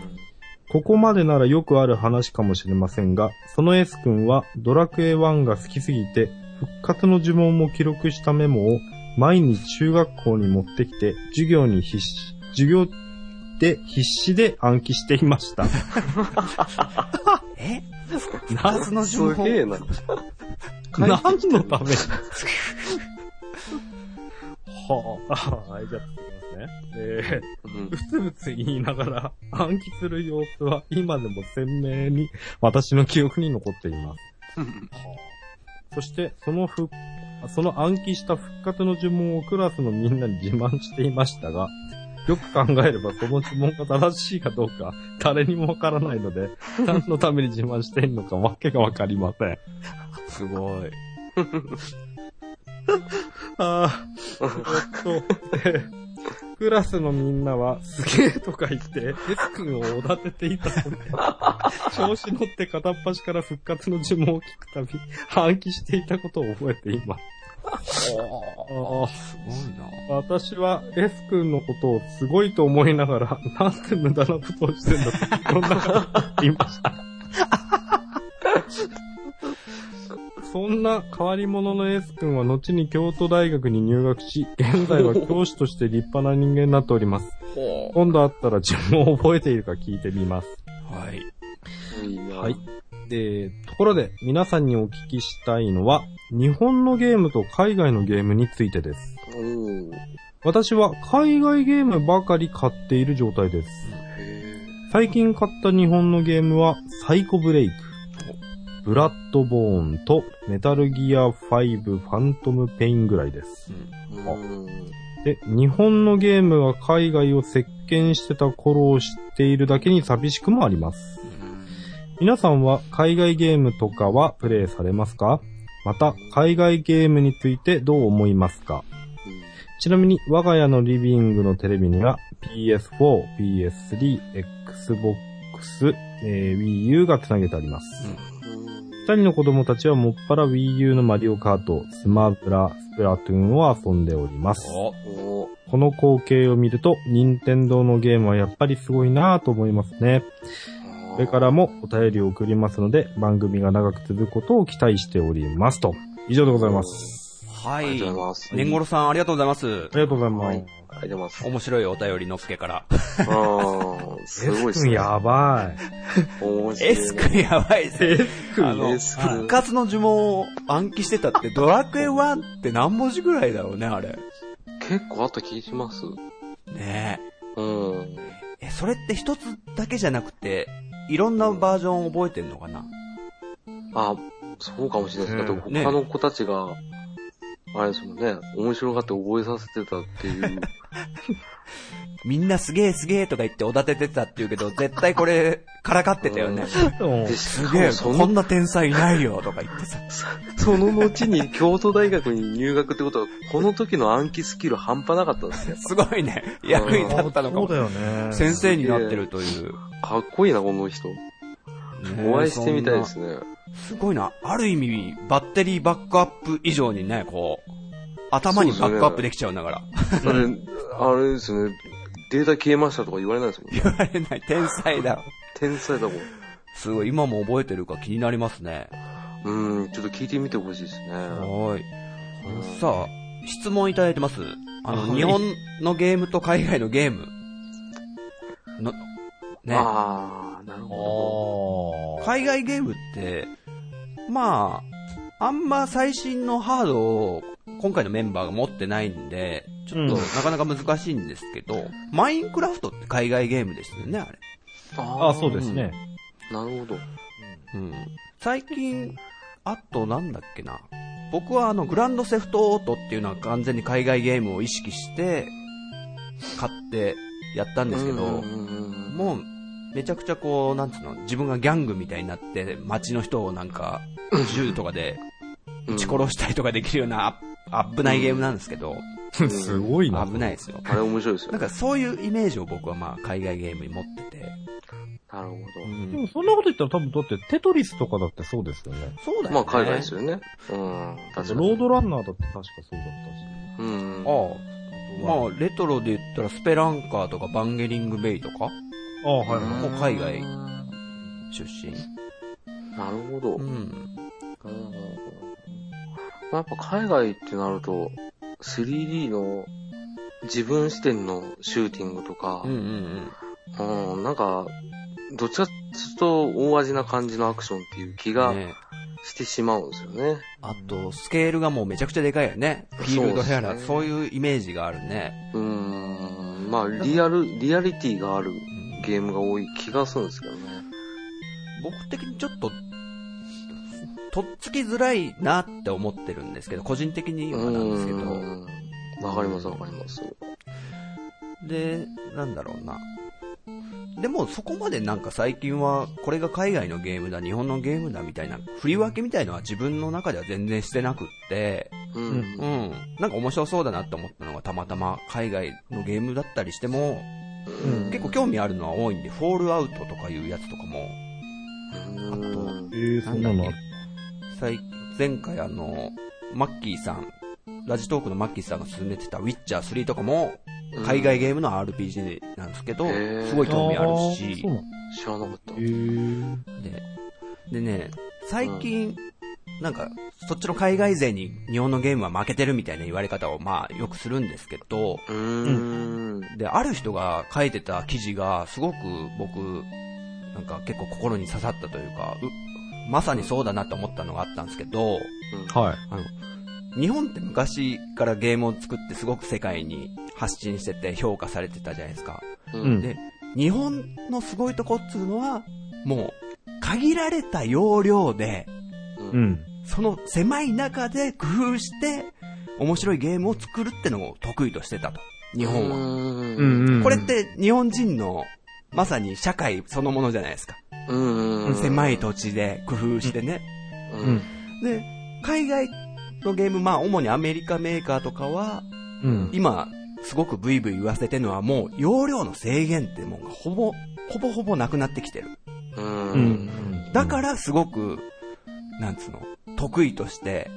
Speaker 1: ここまでならよくある話かもしれませんが、その S 君はドラクエ1が好きすぎて、復活の呪文も記録したメモを毎日中学校に持ってきて、授業に必死、授業で必死で暗記していました。
Speaker 2: えナースの
Speaker 3: す
Speaker 2: 情報
Speaker 3: げえな。
Speaker 1: 何のために はあ、あ、じゃあ、続きますね。えー
Speaker 3: うん
Speaker 1: う。つぶつ言いながら暗記する様子は今でも鮮明に私の記憶に残っています。そして、そのふ、その暗記した復活の呪文をクラスのみんなに自慢していましたが、よく考えればその呪文が正しいかどうか誰にもわからないので、何のために自慢しているのかわけがわかりません。
Speaker 2: すごい。
Speaker 1: ああ、えっと、えークラスのみんなはすげえとか言って、S 君をおだてていたので、調子乗って片っ端から復活の呪文を聞くたび、暗記していたことを覚えています。
Speaker 2: おーすごいな。
Speaker 1: 私は S 君のことをすごいと思いながら、 なんて無駄なことをしてんだと心の中で言っていました。 そんな変わり者の S 君は後に京都大学に入学し、現在は教師として立派な人間になっております。
Speaker 2: ほ
Speaker 1: 今度会ったら自分を覚えているか聞いてみます。
Speaker 2: う。はい。
Speaker 3: いいな。
Speaker 1: はい。で、ところで皆さんにお聞きしたいのは、日本のゲームと海外のゲームについてです。
Speaker 3: おー。
Speaker 1: 私は海外ゲームばかり買っている状態です。
Speaker 3: へ
Speaker 1: 最近買った日本のゲームは、サイコブレイク、ブラッドボーンとメタルギア5ファントムペインぐらいです。
Speaker 3: え。うん。
Speaker 1: で、日本のゲームが海外を席巻してた頃を知っているだけに寂しくもあります。皆さんは海外ゲームとかはプレイされますかまた、海外ゲームについてどう思いますかちなみに、我が家のリビングのテレビには PS4、PS3、Xbox、えー Wii U が繋げてあります。二人の子供たちはもっぱら Wii U のマリオカート、スマブラ、スプラトゥーンを遊んでおります。
Speaker 2: お
Speaker 3: うんお
Speaker 1: この光景を見ると、任天堂のゲームはやっぱりすごいなぁと思いますね。これからもお便りを送りますので、番組が長く続くことを期待しております。と。以上でございます。
Speaker 2: は
Speaker 3: あり
Speaker 2: い
Speaker 3: が。とうございます。
Speaker 2: ねんごろさん、ありがとうございます
Speaker 1: あ。りがとうございます。
Speaker 3: はいありがとうござい
Speaker 2: 面白いお便りのすけから。
Speaker 3: ます。うん。すごいっすね。
Speaker 1: や ば
Speaker 3: 面白い
Speaker 2: エ
Speaker 3: ね
Speaker 2: ス君やばいっすね。
Speaker 1: い。
Speaker 2: あの、
Speaker 3: エス君
Speaker 2: 復活の呪文を暗記してたって、ドラクエ1って何文字ぐらいだろうね、あれ。
Speaker 3: 結構あった気します。う
Speaker 2: ね
Speaker 3: ん。
Speaker 2: え。え、それって一つだけじゃなくて、いろんなバージョン覚えてんのかな
Speaker 3: あ、そうかもしれないです。だって
Speaker 2: ね
Speaker 3: 他の子たちが、あれですもんね、面白がって覚えさせてたっていう。
Speaker 2: みんなすげえすげえとか言っておだててたって言うけ ど、絶対これ、からかってたよね。
Speaker 3: で、し
Speaker 2: す
Speaker 3: か
Speaker 2: げえ、
Speaker 3: もそ
Speaker 2: こ
Speaker 3: の
Speaker 2: ん、な天才いないよとか言ってさ。
Speaker 3: その後に京都大学に入学ってことは、この時の暗記スキル半端なかったんですね。
Speaker 2: すごいね。役に立った
Speaker 1: そ
Speaker 2: のか
Speaker 1: う
Speaker 2: も
Speaker 1: だ。よね。
Speaker 2: 先生になってるという。
Speaker 3: かっこいいな、この人。お会いしてみたいですね。
Speaker 2: すごいな。ある意味、バッテリーバックアップ以上にね、こう、頭にバックアップできちゃうんだから。
Speaker 3: だって、あれですね、データ消えましたとか言われないですもんね。
Speaker 2: 言われない。天才だ。
Speaker 3: 天才だもん。
Speaker 2: すごい。今も覚えてるか気になりますね。
Speaker 3: うん、ちょっと聞いてみてほしいですね。
Speaker 2: はい。
Speaker 3: うん
Speaker 2: さあ、質問いただいてます。あの、
Speaker 3: はい
Speaker 2: 日本のゲームと海外のゲーム。の、ね。
Speaker 3: ああ、なるほ
Speaker 1: あ
Speaker 2: 海外ゲームって、まあ、あんま最新のハードを今回のメンバーが持ってないんで、ちょっと
Speaker 1: うん
Speaker 2: なかなか難しいんですけど、マインクラフトって海外ゲームでしたよね、あれ。
Speaker 3: ど。
Speaker 1: あ。あ、そうですね。
Speaker 3: なるほど。
Speaker 2: うん。最近、あとなんだっけな。僕はあの、グランドセフトオートっていうのは完全に海外ゲームを意識して、買ってやったんですけど、
Speaker 3: うんうんうん
Speaker 2: もう、めちゃくちゃこう、なんつうの、自分がギャングみたいになって、街の人をなんか、銃とかで
Speaker 3: うん
Speaker 2: 撃ち殺したりとかできるような、あ危ないゲームなんですけど、
Speaker 1: すごいな。
Speaker 2: 危ないですよ。
Speaker 3: あれ面白いですよ
Speaker 2: なん。かそういうイメージを僕はまあ、海外ゲームに持ってて。
Speaker 3: なるほ
Speaker 1: でもそんなこと言ったら多分だってテトリスとかだってそうですよね。
Speaker 2: そうだよね。
Speaker 3: ど。まあ海外ですよね。うん。
Speaker 1: ロ
Speaker 3: 確かに。
Speaker 1: ードランナーだって確かそうだっ
Speaker 3: うん。
Speaker 2: ああ。
Speaker 1: たし。
Speaker 2: まあ、レトロで言ったら、スペランカーとか、バンゲリングベイとか、
Speaker 1: あ、あはいはい。
Speaker 2: もう海外
Speaker 3: な
Speaker 2: 出身。
Speaker 3: るほど。
Speaker 2: う
Speaker 3: うん
Speaker 2: ん。
Speaker 3: まあやっぱ海外ってなると、3D の自分視点のシューティングとか
Speaker 2: うんう、ん
Speaker 3: うん、なんか、どっちかっていうと大味な感じのアクションっていう気
Speaker 2: う
Speaker 3: が
Speaker 2: ん。ね
Speaker 3: してしまうんですよね。
Speaker 2: あと、スケールがもうめちゃくちゃでかいよね。フィールドやら、
Speaker 3: そ
Speaker 2: そういうイメージがあるね。
Speaker 3: うん、まあリアル、リアリティがある
Speaker 2: うん
Speaker 3: ゲームが多い気がするんですけどね。
Speaker 2: 僕的にちょっと、とっつきづらいなって思ってるんですけど、個人的にはなんですけ
Speaker 3: う
Speaker 2: ど。
Speaker 3: んわかりますわかります。
Speaker 2: で、なんだろうな。でもそこまでなんか最近はこれが海外のゲームだ、日本のゲームだみたいな振り分けみたいのは自分の中では全然してなくって、
Speaker 3: うん。。
Speaker 1: う
Speaker 2: うんん。なんか面白そうだなって思ったのがたまたま海外のゲームだったりしても、
Speaker 1: うん
Speaker 2: 結構興味あるのは多いんで、フォールアウトとかいうやつとかも、
Speaker 3: うん
Speaker 1: えー、そんなのあっ
Speaker 2: 最前回あの、マッキーさん、ラジトークのマッキーさんが勧めてたウィッチャー3とかも、海外ゲームの RPG なんですけど、
Speaker 3: へー
Speaker 2: すごい
Speaker 1: た
Speaker 2: 興味ある
Speaker 1: ー
Speaker 2: し
Speaker 1: そう、なの
Speaker 3: 知らなかった
Speaker 1: え。ー。
Speaker 2: で、でね、最近、なんか、そっちの海外勢に日本のゲームは負けてるみたいな言われ方をまあよくするんですけど、
Speaker 3: うーん。
Speaker 2: で、ある人が書いてた記事が、すごく僕、なんか結構心に刺さったというか、うまさにそうだなと思ったのがあったんですけど、
Speaker 1: はい。
Speaker 2: 日本って昔からゲームを作ってすごく世界に発信してて評価されてたじゃないですか。
Speaker 3: うん
Speaker 1: うん
Speaker 2: で、日本のすごいとこっつうのは、もう、限られた容量で、
Speaker 3: うん
Speaker 1: うん。
Speaker 2: その狭い中で工夫して、面白いゲームを作るってのを得意としてたと。日本は。
Speaker 1: う
Speaker 3: うん。
Speaker 1: んうん。
Speaker 2: これっ、て日本人の、まさに社会そのものじゃないですか。
Speaker 3: うんうん。
Speaker 2: 狭い土地で工夫してね。
Speaker 3: う
Speaker 1: うん
Speaker 3: ん。。
Speaker 2: で、海外のゲーム、まあ主にアメリカメーカーとかは、
Speaker 1: うん。
Speaker 2: 今、すごくブイブイ言わせてるのはもう、容量の制限ってもんがほぼ、ほぼほぼなくなってきてる。
Speaker 3: うん。
Speaker 1: ううん
Speaker 2: だからすごく、なんつうの、得意として、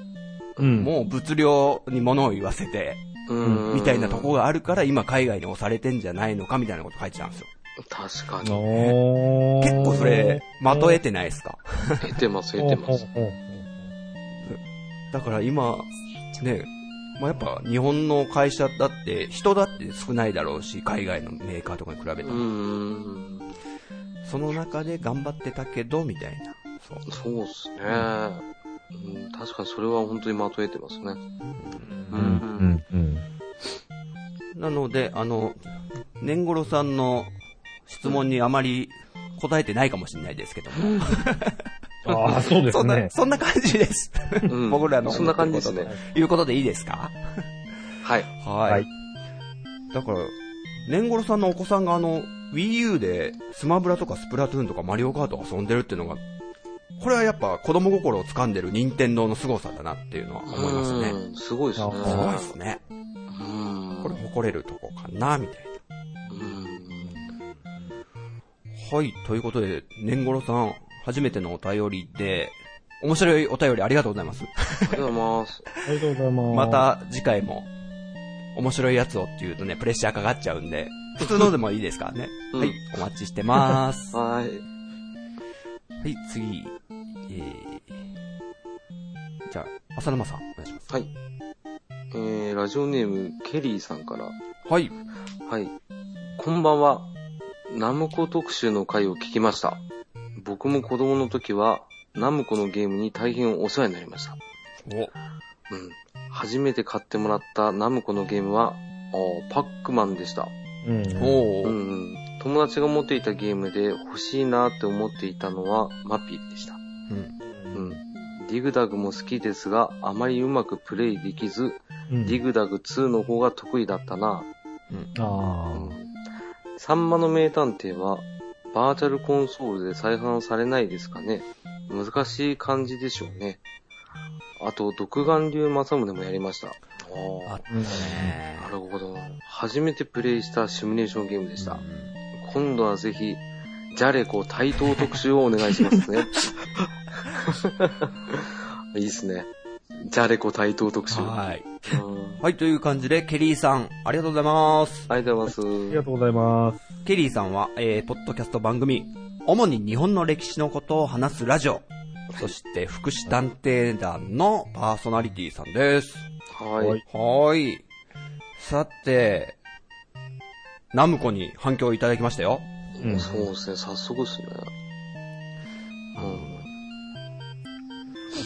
Speaker 1: うん。
Speaker 2: もう物量に物を言わせて、
Speaker 3: うん。
Speaker 2: みたいなとこがあるから今海外に押されてんじゃないのかみたいなこと書いてたんですよ。
Speaker 3: 確かに。
Speaker 1: おー
Speaker 2: 結構それ、まとえてないですか
Speaker 3: 減ってます、減ってます。。
Speaker 1: おーおーおー
Speaker 2: だから今、ね、まあ、やっぱ日本の会社だって、人だって少ないだろうし、海外のメーカーとかに比べて、
Speaker 3: うーん。
Speaker 2: その中で頑張ってたけど、みたいな。そう。
Speaker 3: そうっすね。うん、確かにそれは本当にまとえてますね。う
Speaker 1: うんん。うん。
Speaker 2: なので、あの、年頃さんの質問にあまり答えてないかもしれないですけども、
Speaker 1: ああ、そうで
Speaker 2: そ
Speaker 1: す
Speaker 2: んな、
Speaker 1: ね。
Speaker 2: そんな感じです。
Speaker 3: うん
Speaker 2: 僕らの。
Speaker 3: そんな感じですね。。
Speaker 2: いうことでいいですか
Speaker 3: はい。
Speaker 2: はい。
Speaker 1: はい
Speaker 2: だから、年頃さんのお子さんがあの、Wii U でスマブラとかスプラトゥーンとかマリオカートを遊んでるっていうのが、これはやっぱ子供心を掴んでる任天堂の凄さだなっていうのは思いますね。
Speaker 3: うん。すごいですね。
Speaker 2: すごいですね。
Speaker 3: うん。
Speaker 2: これ誇れるとこかな、みたいな。
Speaker 3: うん。
Speaker 2: はい、ということで、年頃さん、初めてのお便りで、面白いお便りありがとうございます。
Speaker 3: ありがとうございます。
Speaker 1: ありがとうございます。
Speaker 2: ま、た次回も、面白いやつをっていうとね、プレッシャーかかっちゃうんで、普通のでもいいですからね。
Speaker 3: うん
Speaker 2: はい、お待ちしてます。
Speaker 3: はい。
Speaker 2: はい、次、えー、じゃあ、浅沼さん、お願いしま
Speaker 3: はい。えー、ラジオネーム、ケリーさんから。
Speaker 2: す。はい。
Speaker 3: はい。こんばんは。ナムコ特集の回を聞きました。僕も子供の時は、ナムコのゲームに大変お世話になりました。
Speaker 2: お、
Speaker 3: うん。初めて買ってもらったナムコのゲームは、あーパックマンでした。
Speaker 1: うん。
Speaker 2: お
Speaker 3: う
Speaker 2: ー、
Speaker 3: んうん。友達が持っていたゲームで欲しいなって思っていたのは、マピーでした。
Speaker 2: うん。
Speaker 3: うん。ディグダグも好きですが、あまりうまくプレイできず、
Speaker 1: うん。
Speaker 3: ディグダグ2の方が得意だったな。
Speaker 1: あ
Speaker 3: サンマの名探偵は、バーチャルコンソールで再販されないですかね。難しい感じでしょうね。あと、独眼竜正宗もやりました。
Speaker 2: あ
Speaker 3: あ
Speaker 2: ったね
Speaker 3: あ、なるほど。初めてプレイしたシミュレーションゲームでし
Speaker 2: う
Speaker 3: た。
Speaker 2: ん
Speaker 3: 今度はぜひ、ジャレコ対等特集をお願いしますね。いいっすね。ジャレコ対等特集。うんあ
Speaker 2: はい。
Speaker 3: りがとう
Speaker 2: はい、という感じで、ケリーさん、ありがとうございます。
Speaker 3: ございます。
Speaker 1: ありがとうございます。
Speaker 2: ケリーさんは、えー、ポッドキャスト番組、主に日本の歴史のことを話すラジオ、そして福祉探偵団のパーソナリティさんです。
Speaker 3: はい。
Speaker 2: はーい。さて、ナムコに反響いただきましたよ。
Speaker 1: うん
Speaker 3: そうですね、早速ですね。うん。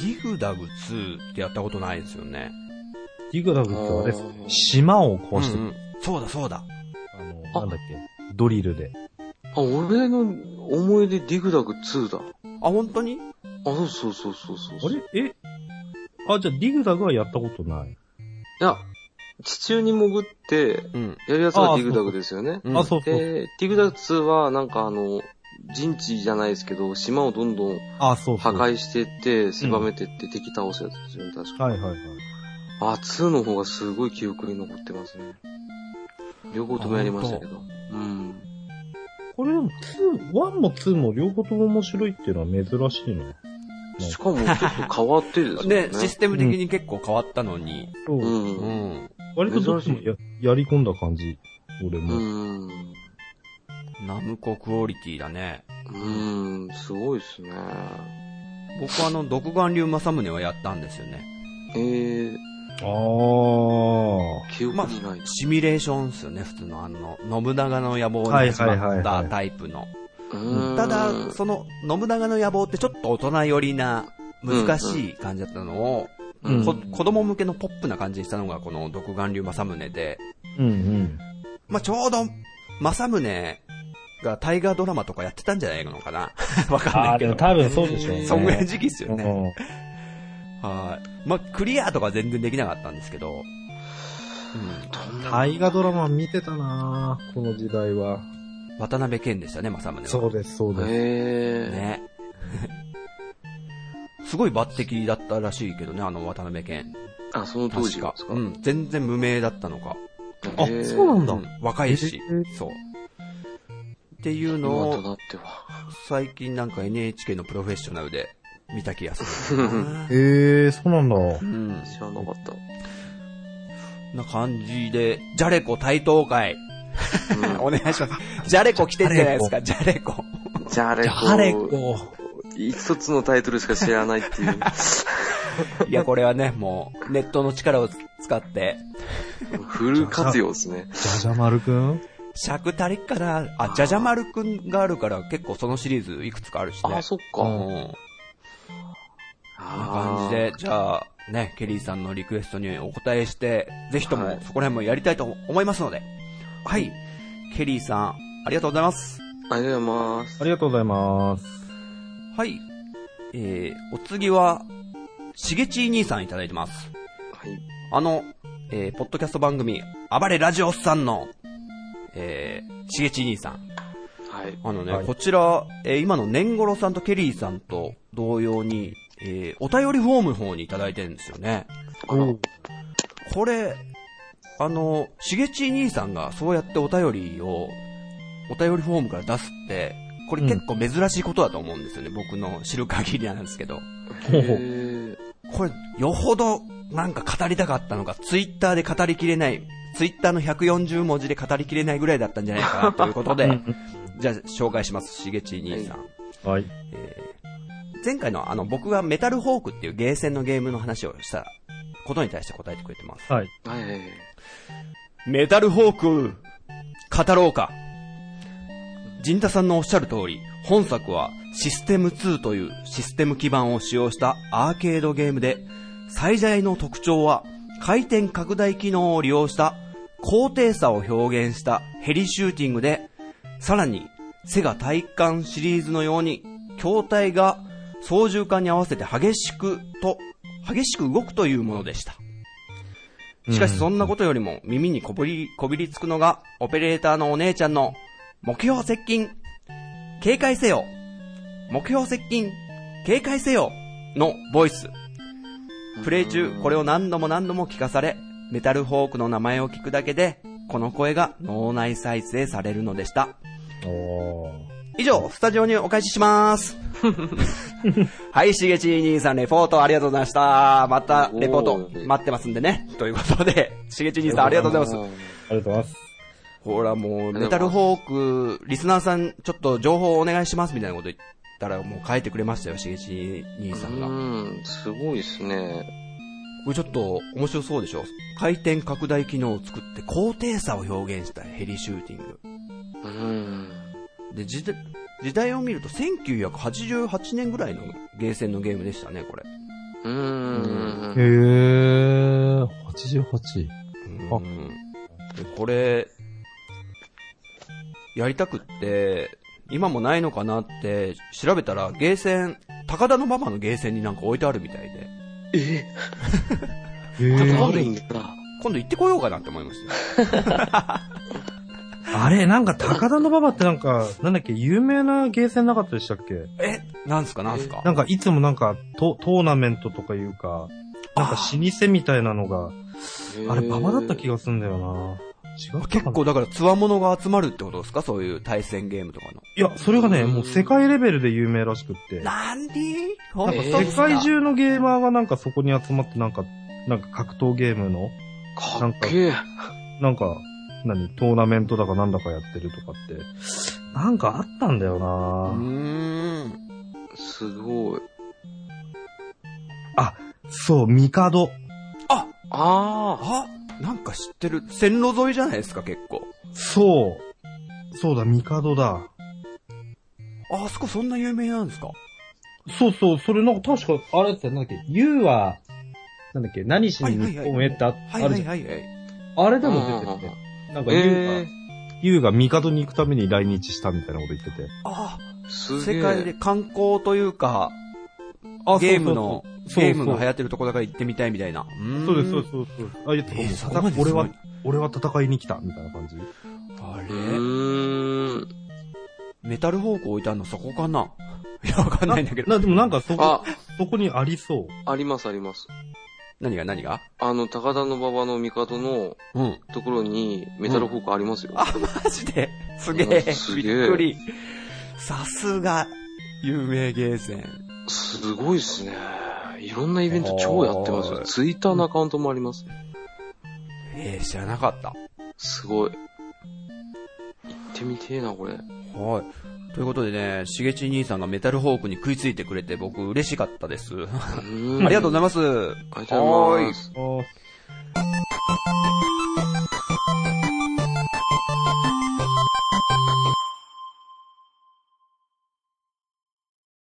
Speaker 2: ギグダグ2ってやったことないですよね。
Speaker 1: ディグダグってはですね、島をこうして、
Speaker 2: うんうんそうだそうだ。
Speaker 1: あ
Speaker 3: あ
Speaker 1: の、なんだっけ、ドリルで。
Speaker 3: あ、俺の思い出ディグダグ2だ。あ、
Speaker 2: あ、本当に
Speaker 3: そうそうそうそうそう
Speaker 1: あれえあ、じゃあディグダグはやったことない。
Speaker 3: いや、地中に潜って
Speaker 2: うん。
Speaker 3: やるやつがディグダグですよね。
Speaker 2: うん
Speaker 1: あ、そうそう。
Speaker 3: で、ディグダグ2はなんかあの、陣地じゃないですけど、島をどんどん
Speaker 1: あ、そう
Speaker 3: 破
Speaker 1: そう。
Speaker 3: 壊してって、狭めてって敵倒すやつですよね、確か。
Speaker 1: はいはいはい。
Speaker 3: あ、2の方がすごい記憶に残ってますね。両方ともやりましたけど。うん。
Speaker 1: これでも2、1も2も両方とも面白いっていうのは珍しいな。
Speaker 3: しかもちょっと変わってです
Speaker 2: ね、。
Speaker 3: ね
Speaker 2: システム的に結構変わったのに。
Speaker 1: そう。
Speaker 3: うん
Speaker 2: う。ん。
Speaker 1: 割とどっちもややり込んだ感じ。俺
Speaker 3: う
Speaker 1: も。
Speaker 3: ん。
Speaker 2: ナムコクオリティだね。
Speaker 3: うん、すごいですね。
Speaker 2: 僕はあの、独眼竜正宗はやったんですよね。
Speaker 3: えー、
Speaker 1: あー。
Speaker 3: 記憶にない。
Speaker 2: シミュレーションっすよね、普通のあの、信長の野望に始
Speaker 1: はいはい
Speaker 2: ま
Speaker 1: は
Speaker 2: っ
Speaker 1: いは
Speaker 2: た
Speaker 1: い
Speaker 2: タイプの。
Speaker 3: うん
Speaker 2: ただ、その、信長の野望ってちょっと大人寄りな、難しい感じだったのを、
Speaker 1: うん
Speaker 2: こ子供向けのポップな感じにしたのが、この独眼竜正宗で、
Speaker 1: うん
Speaker 2: まあ、ちょうど、正宗が大河ドラマとかやってたんじゃないのかな わかん
Speaker 1: あ
Speaker 2: な
Speaker 1: あ、
Speaker 2: いけ
Speaker 1: で
Speaker 2: ど
Speaker 1: も。多分そうでしょう
Speaker 3: ね
Speaker 2: そんぐらいの
Speaker 1: ね。
Speaker 2: 時期っすよね。はい。まあ、クリアとか全然できなかったんですけど、うん
Speaker 1: 大河ドラマ見てたなぁこの時代は。
Speaker 2: 渡辺謙でしたね、正宗は。
Speaker 1: そうです、そうです。
Speaker 3: へえ
Speaker 2: ね。 すごい抜擢だったらしいけどね、あの渡辺謙。
Speaker 3: あ、その当時
Speaker 2: 確
Speaker 3: が
Speaker 2: か
Speaker 3: です。か。
Speaker 2: うん。全然無名だったのか。
Speaker 1: あ、
Speaker 3: へー
Speaker 1: そうなんだ。
Speaker 2: うん若いし
Speaker 1: へー。
Speaker 2: そう。っていうの
Speaker 3: 今と
Speaker 2: を、
Speaker 3: なっては。
Speaker 2: 最近なんか NHK のプロフェッショナルで見た気がする な。
Speaker 1: へえ、そうなんだ。
Speaker 2: うん。
Speaker 3: 知らなかった。
Speaker 2: な感じで、ジャレコ対等会。
Speaker 3: うん
Speaker 2: お願いします。ジャレコ来てんじゃないですか、ジャレコ。
Speaker 3: じゃああれ
Speaker 2: ジ
Speaker 3: こう
Speaker 2: ャレコ。
Speaker 3: 一つのタイトルしか知らないっていう。
Speaker 2: いや、これはね、もう、ネットの力を使って、
Speaker 3: フル活用ですね。
Speaker 1: じゃじゃ丸くん
Speaker 2: 尺足りっかな。あ、じゃじゃ丸くんがあるから、結構そのシリーズいくつかあるしね。
Speaker 3: あ、そっ
Speaker 2: う
Speaker 3: か。
Speaker 2: ん。こんな
Speaker 3: あ
Speaker 2: 感じで、じゃあ、ね、ケリーさんのリクエストにお答えして、ぜひと
Speaker 3: は
Speaker 2: も
Speaker 3: い
Speaker 2: そこら辺もやりたいと思いますので。はい。ケリーさん、ありがとうございます。
Speaker 3: ありがとうございます
Speaker 1: あ。りがとうございます。
Speaker 2: はい。えー、お次は、しげちい兄さんいただいてます。
Speaker 3: はい。
Speaker 2: あの、えー、ポッドキャスト番組、暴れラジオさんの、えー、しげちい兄さん。
Speaker 3: はい。
Speaker 2: あのね、
Speaker 1: はい
Speaker 2: こちら、えー今の年頃さんとケリーさんと同様に、えー、お便りフォームの方にいただいてるんですよね。
Speaker 3: あら
Speaker 2: これ、あの、しげち兄さんがそうやってお便りを、お便りフォームから出すって、これ結構珍しいことだと思うんですよね、僕の知る限りなんですけど。
Speaker 1: ほうほう
Speaker 3: へー
Speaker 2: これ、よほどなんか語りたかったのか、ツイッターで語りきれない、ツイッターの140文字で語りきれないぐらいだったんじゃないかなということ で、じゃあ紹介します、しげち兄さん。
Speaker 1: はい。
Speaker 2: 前回のあの僕がメタルホークっていうゲーセンのゲームの話をしたことに対して答えてくれてます。
Speaker 1: はい。
Speaker 3: はいはいはい。
Speaker 2: メタルホーク、語ろうか。陣田さんのおっしゃる通り、本作はシステム2というシステム基盤を使用したアーケードゲームで、最大の特徴は回転拡大機能を利用した高低差を表現したヘリシューティングで、さらにセガ体感シリーズのように、筐体が操縦感に合わせて激しくと、激しく動くというものでした。しかしそんなことよりも耳にこびり、こびりつくのが、オペレーターのお姉ちゃんの、目標接近、警戒せよ目標接近、警戒せよのボイス。プレイ中、これを何度も何度も聞かされ、メタルホークの名前を聞くだけで、この声が脳内再生されるのでした。
Speaker 1: おー
Speaker 2: 以上、スタジオにお返しし ます。はい、しげち兄さん、レポートありがとうございました。また、レポー
Speaker 3: お
Speaker 2: ト
Speaker 3: ー
Speaker 2: 待ってますんでね。ということで、しげち兄さん、ありがとうございます。
Speaker 1: ありがとうございます。
Speaker 2: ほら、もう、
Speaker 3: り
Speaker 2: メ
Speaker 3: がと
Speaker 2: タ
Speaker 3: う
Speaker 2: ル
Speaker 3: ございます
Speaker 2: ホーク、リスナーさん、ちょっと情報お願いしますみたいなこと言ったら、もう書いてくれましたよ、しげち兄さんが。こ
Speaker 3: うん、すごいですね。
Speaker 2: れちょっと面白そうでしょ回転拡大機能を作って、高低差を表現したヘリシューティング。
Speaker 3: うん。
Speaker 2: で、時代、時代を見ると1988年ぐらいのゲーセンのゲームでしたね、これ。
Speaker 3: うー
Speaker 1: へ
Speaker 3: ん。
Speaker 1: え、88。
Speaker 2: うんでこれ、やりたくって、今もないのかなって調べたら、ゲーセン、高田の馬場のゲーセンになんか置いてあるみたいで、
Speaker 3: え
Speaker 1: へ
Speaker 3: 高
Speaker 1: ー
Speaker 3: いんだ。
Speaker 2: 今度行ってこようかなって思いましたよ。
Speaker 1: あれ、なんか高田の馬場ってなんか、なんだっけ、有名なゲーセンなかったでしたっけ
Speaker 2: え、なんすかなんすか
Speaker 1: なんかいつもなんかトトーナメントとかいうか、なんか老舗みたいなのが、あれ馬場だった気
Speaker 3: が。
Speaker 1: がすんだよな。違う
Speaker 2: 結構だから、つわものが集まるってことですかそういう対戦ゲームとかの。
Speaker 1: いや、それがね、
Speaker 3: うん
Speaker 1: もう世界レベルで有名らしくって。なんか
Speaker 2: なんで
Speaker 3: んか
Speaker 1: 世界中のゲーマーがなんかそこに集まってなんか、なんか格闘ゲームの、
Speaker 3: かっけえ。
Speaker 1: なんか、何、トーナメントだかなんだかやってるとかって、なんかあったんだよ
Speaker 2: う
Speaker 1: な、
Speaker 2: ーん。
Speaker 3: すごい。
Speaker 1: そう、ミカド。
Speaker 2: あ、
Speaker 3: ああ。
Speaker 2: あ、なんか知ってる。線路沿いじゃないですか、結構。
Speaker 1: そう。そうだ、ミカドだ。
Speaker 2: あ、あそこそんな有名なんですか
Speaker 1: そうそう、それなんか確か、あれってなんだっけ、ユーは、なんだっけ、何しに日本へってあ,、
Speaker 2: はい
Speaker 1: あ
Speaker 2: は
Speaker 1: る
Speaker 2: い
Speaker 1: じゃん。
Speaker 2: はいはい。
Speaker 1: あれでも出てるね。なんかユーが、
Speaker 3: え
Speaker 1: ユーがミカドに行くために来日したみたいなこと言ってて。
Speaker 2: あ、
Speaker 3: え。すげえ。
Speaker 2: 世界で観光というか、
Speaker 1: あ
Speaker 2: ゲームの、
Speaker 1: そうそうそう
Speaker 2: ゲームが流行ってるとこだから行ってみたいみたいな。
Speaker 1: そうです、そうで
Speaker 2: す。
Speaker 1: す、そうです。あ、いや、
Speaker 2: えー
Speaker 1: つ
Speaker 2: そ
Speaker 1: かも
Speaker 2: こま
Speaker 1: う
Speaker 2: で
Speaker 1: 戦
Speaker 2: すご
Speaker 1: 俺
Speaker 2: い
Speaker 1: は、俺は戦いに来た、みたいな感じ。
Speaker 2: あ
Speaker 3: う
Speaker 2: れ
Speaker 3: ーん。
Speaker 2: メタルフォーク置いてあるのそこかないや、わかんないんだけど。
Speaker 1: な、でもなんかそこ、
Speaker 3: あ、
Speaker 1: そこにありそう。
Speaker 3: ありますあります。
Speaker 2: 何が何が
Speaker 3: あの、高田の馬場の帝の
Speaker 2: うん。
Speaker 3: ところにメタルフォークありますよ。
Speaker 2: あ、 マジですげえ。
Speaker 3: うんすげえ
Speaker 2: びっくり。さすが、有名ゲーセン。
Speaker 3: すごいですね。いろんなイベント超やってます
Speaker 2: は
Speaker 3: よ。
Speaker 2: い
Speaker 3: ツイッターのアカウントもあります。
Speaker 2: えー、知らなかった。
Speaker 3: すごい。行ってみてえな、これ。
Speaker 2: はい。ということでね、しげち兄さんがメタルホークに食いついてくれて、僕嬉しかったです。ありがとうご ざ
Speaker 3: ざい
Speaker 2: います。あり
Speaker 3: ありがとうございます。
Speaker 1: あー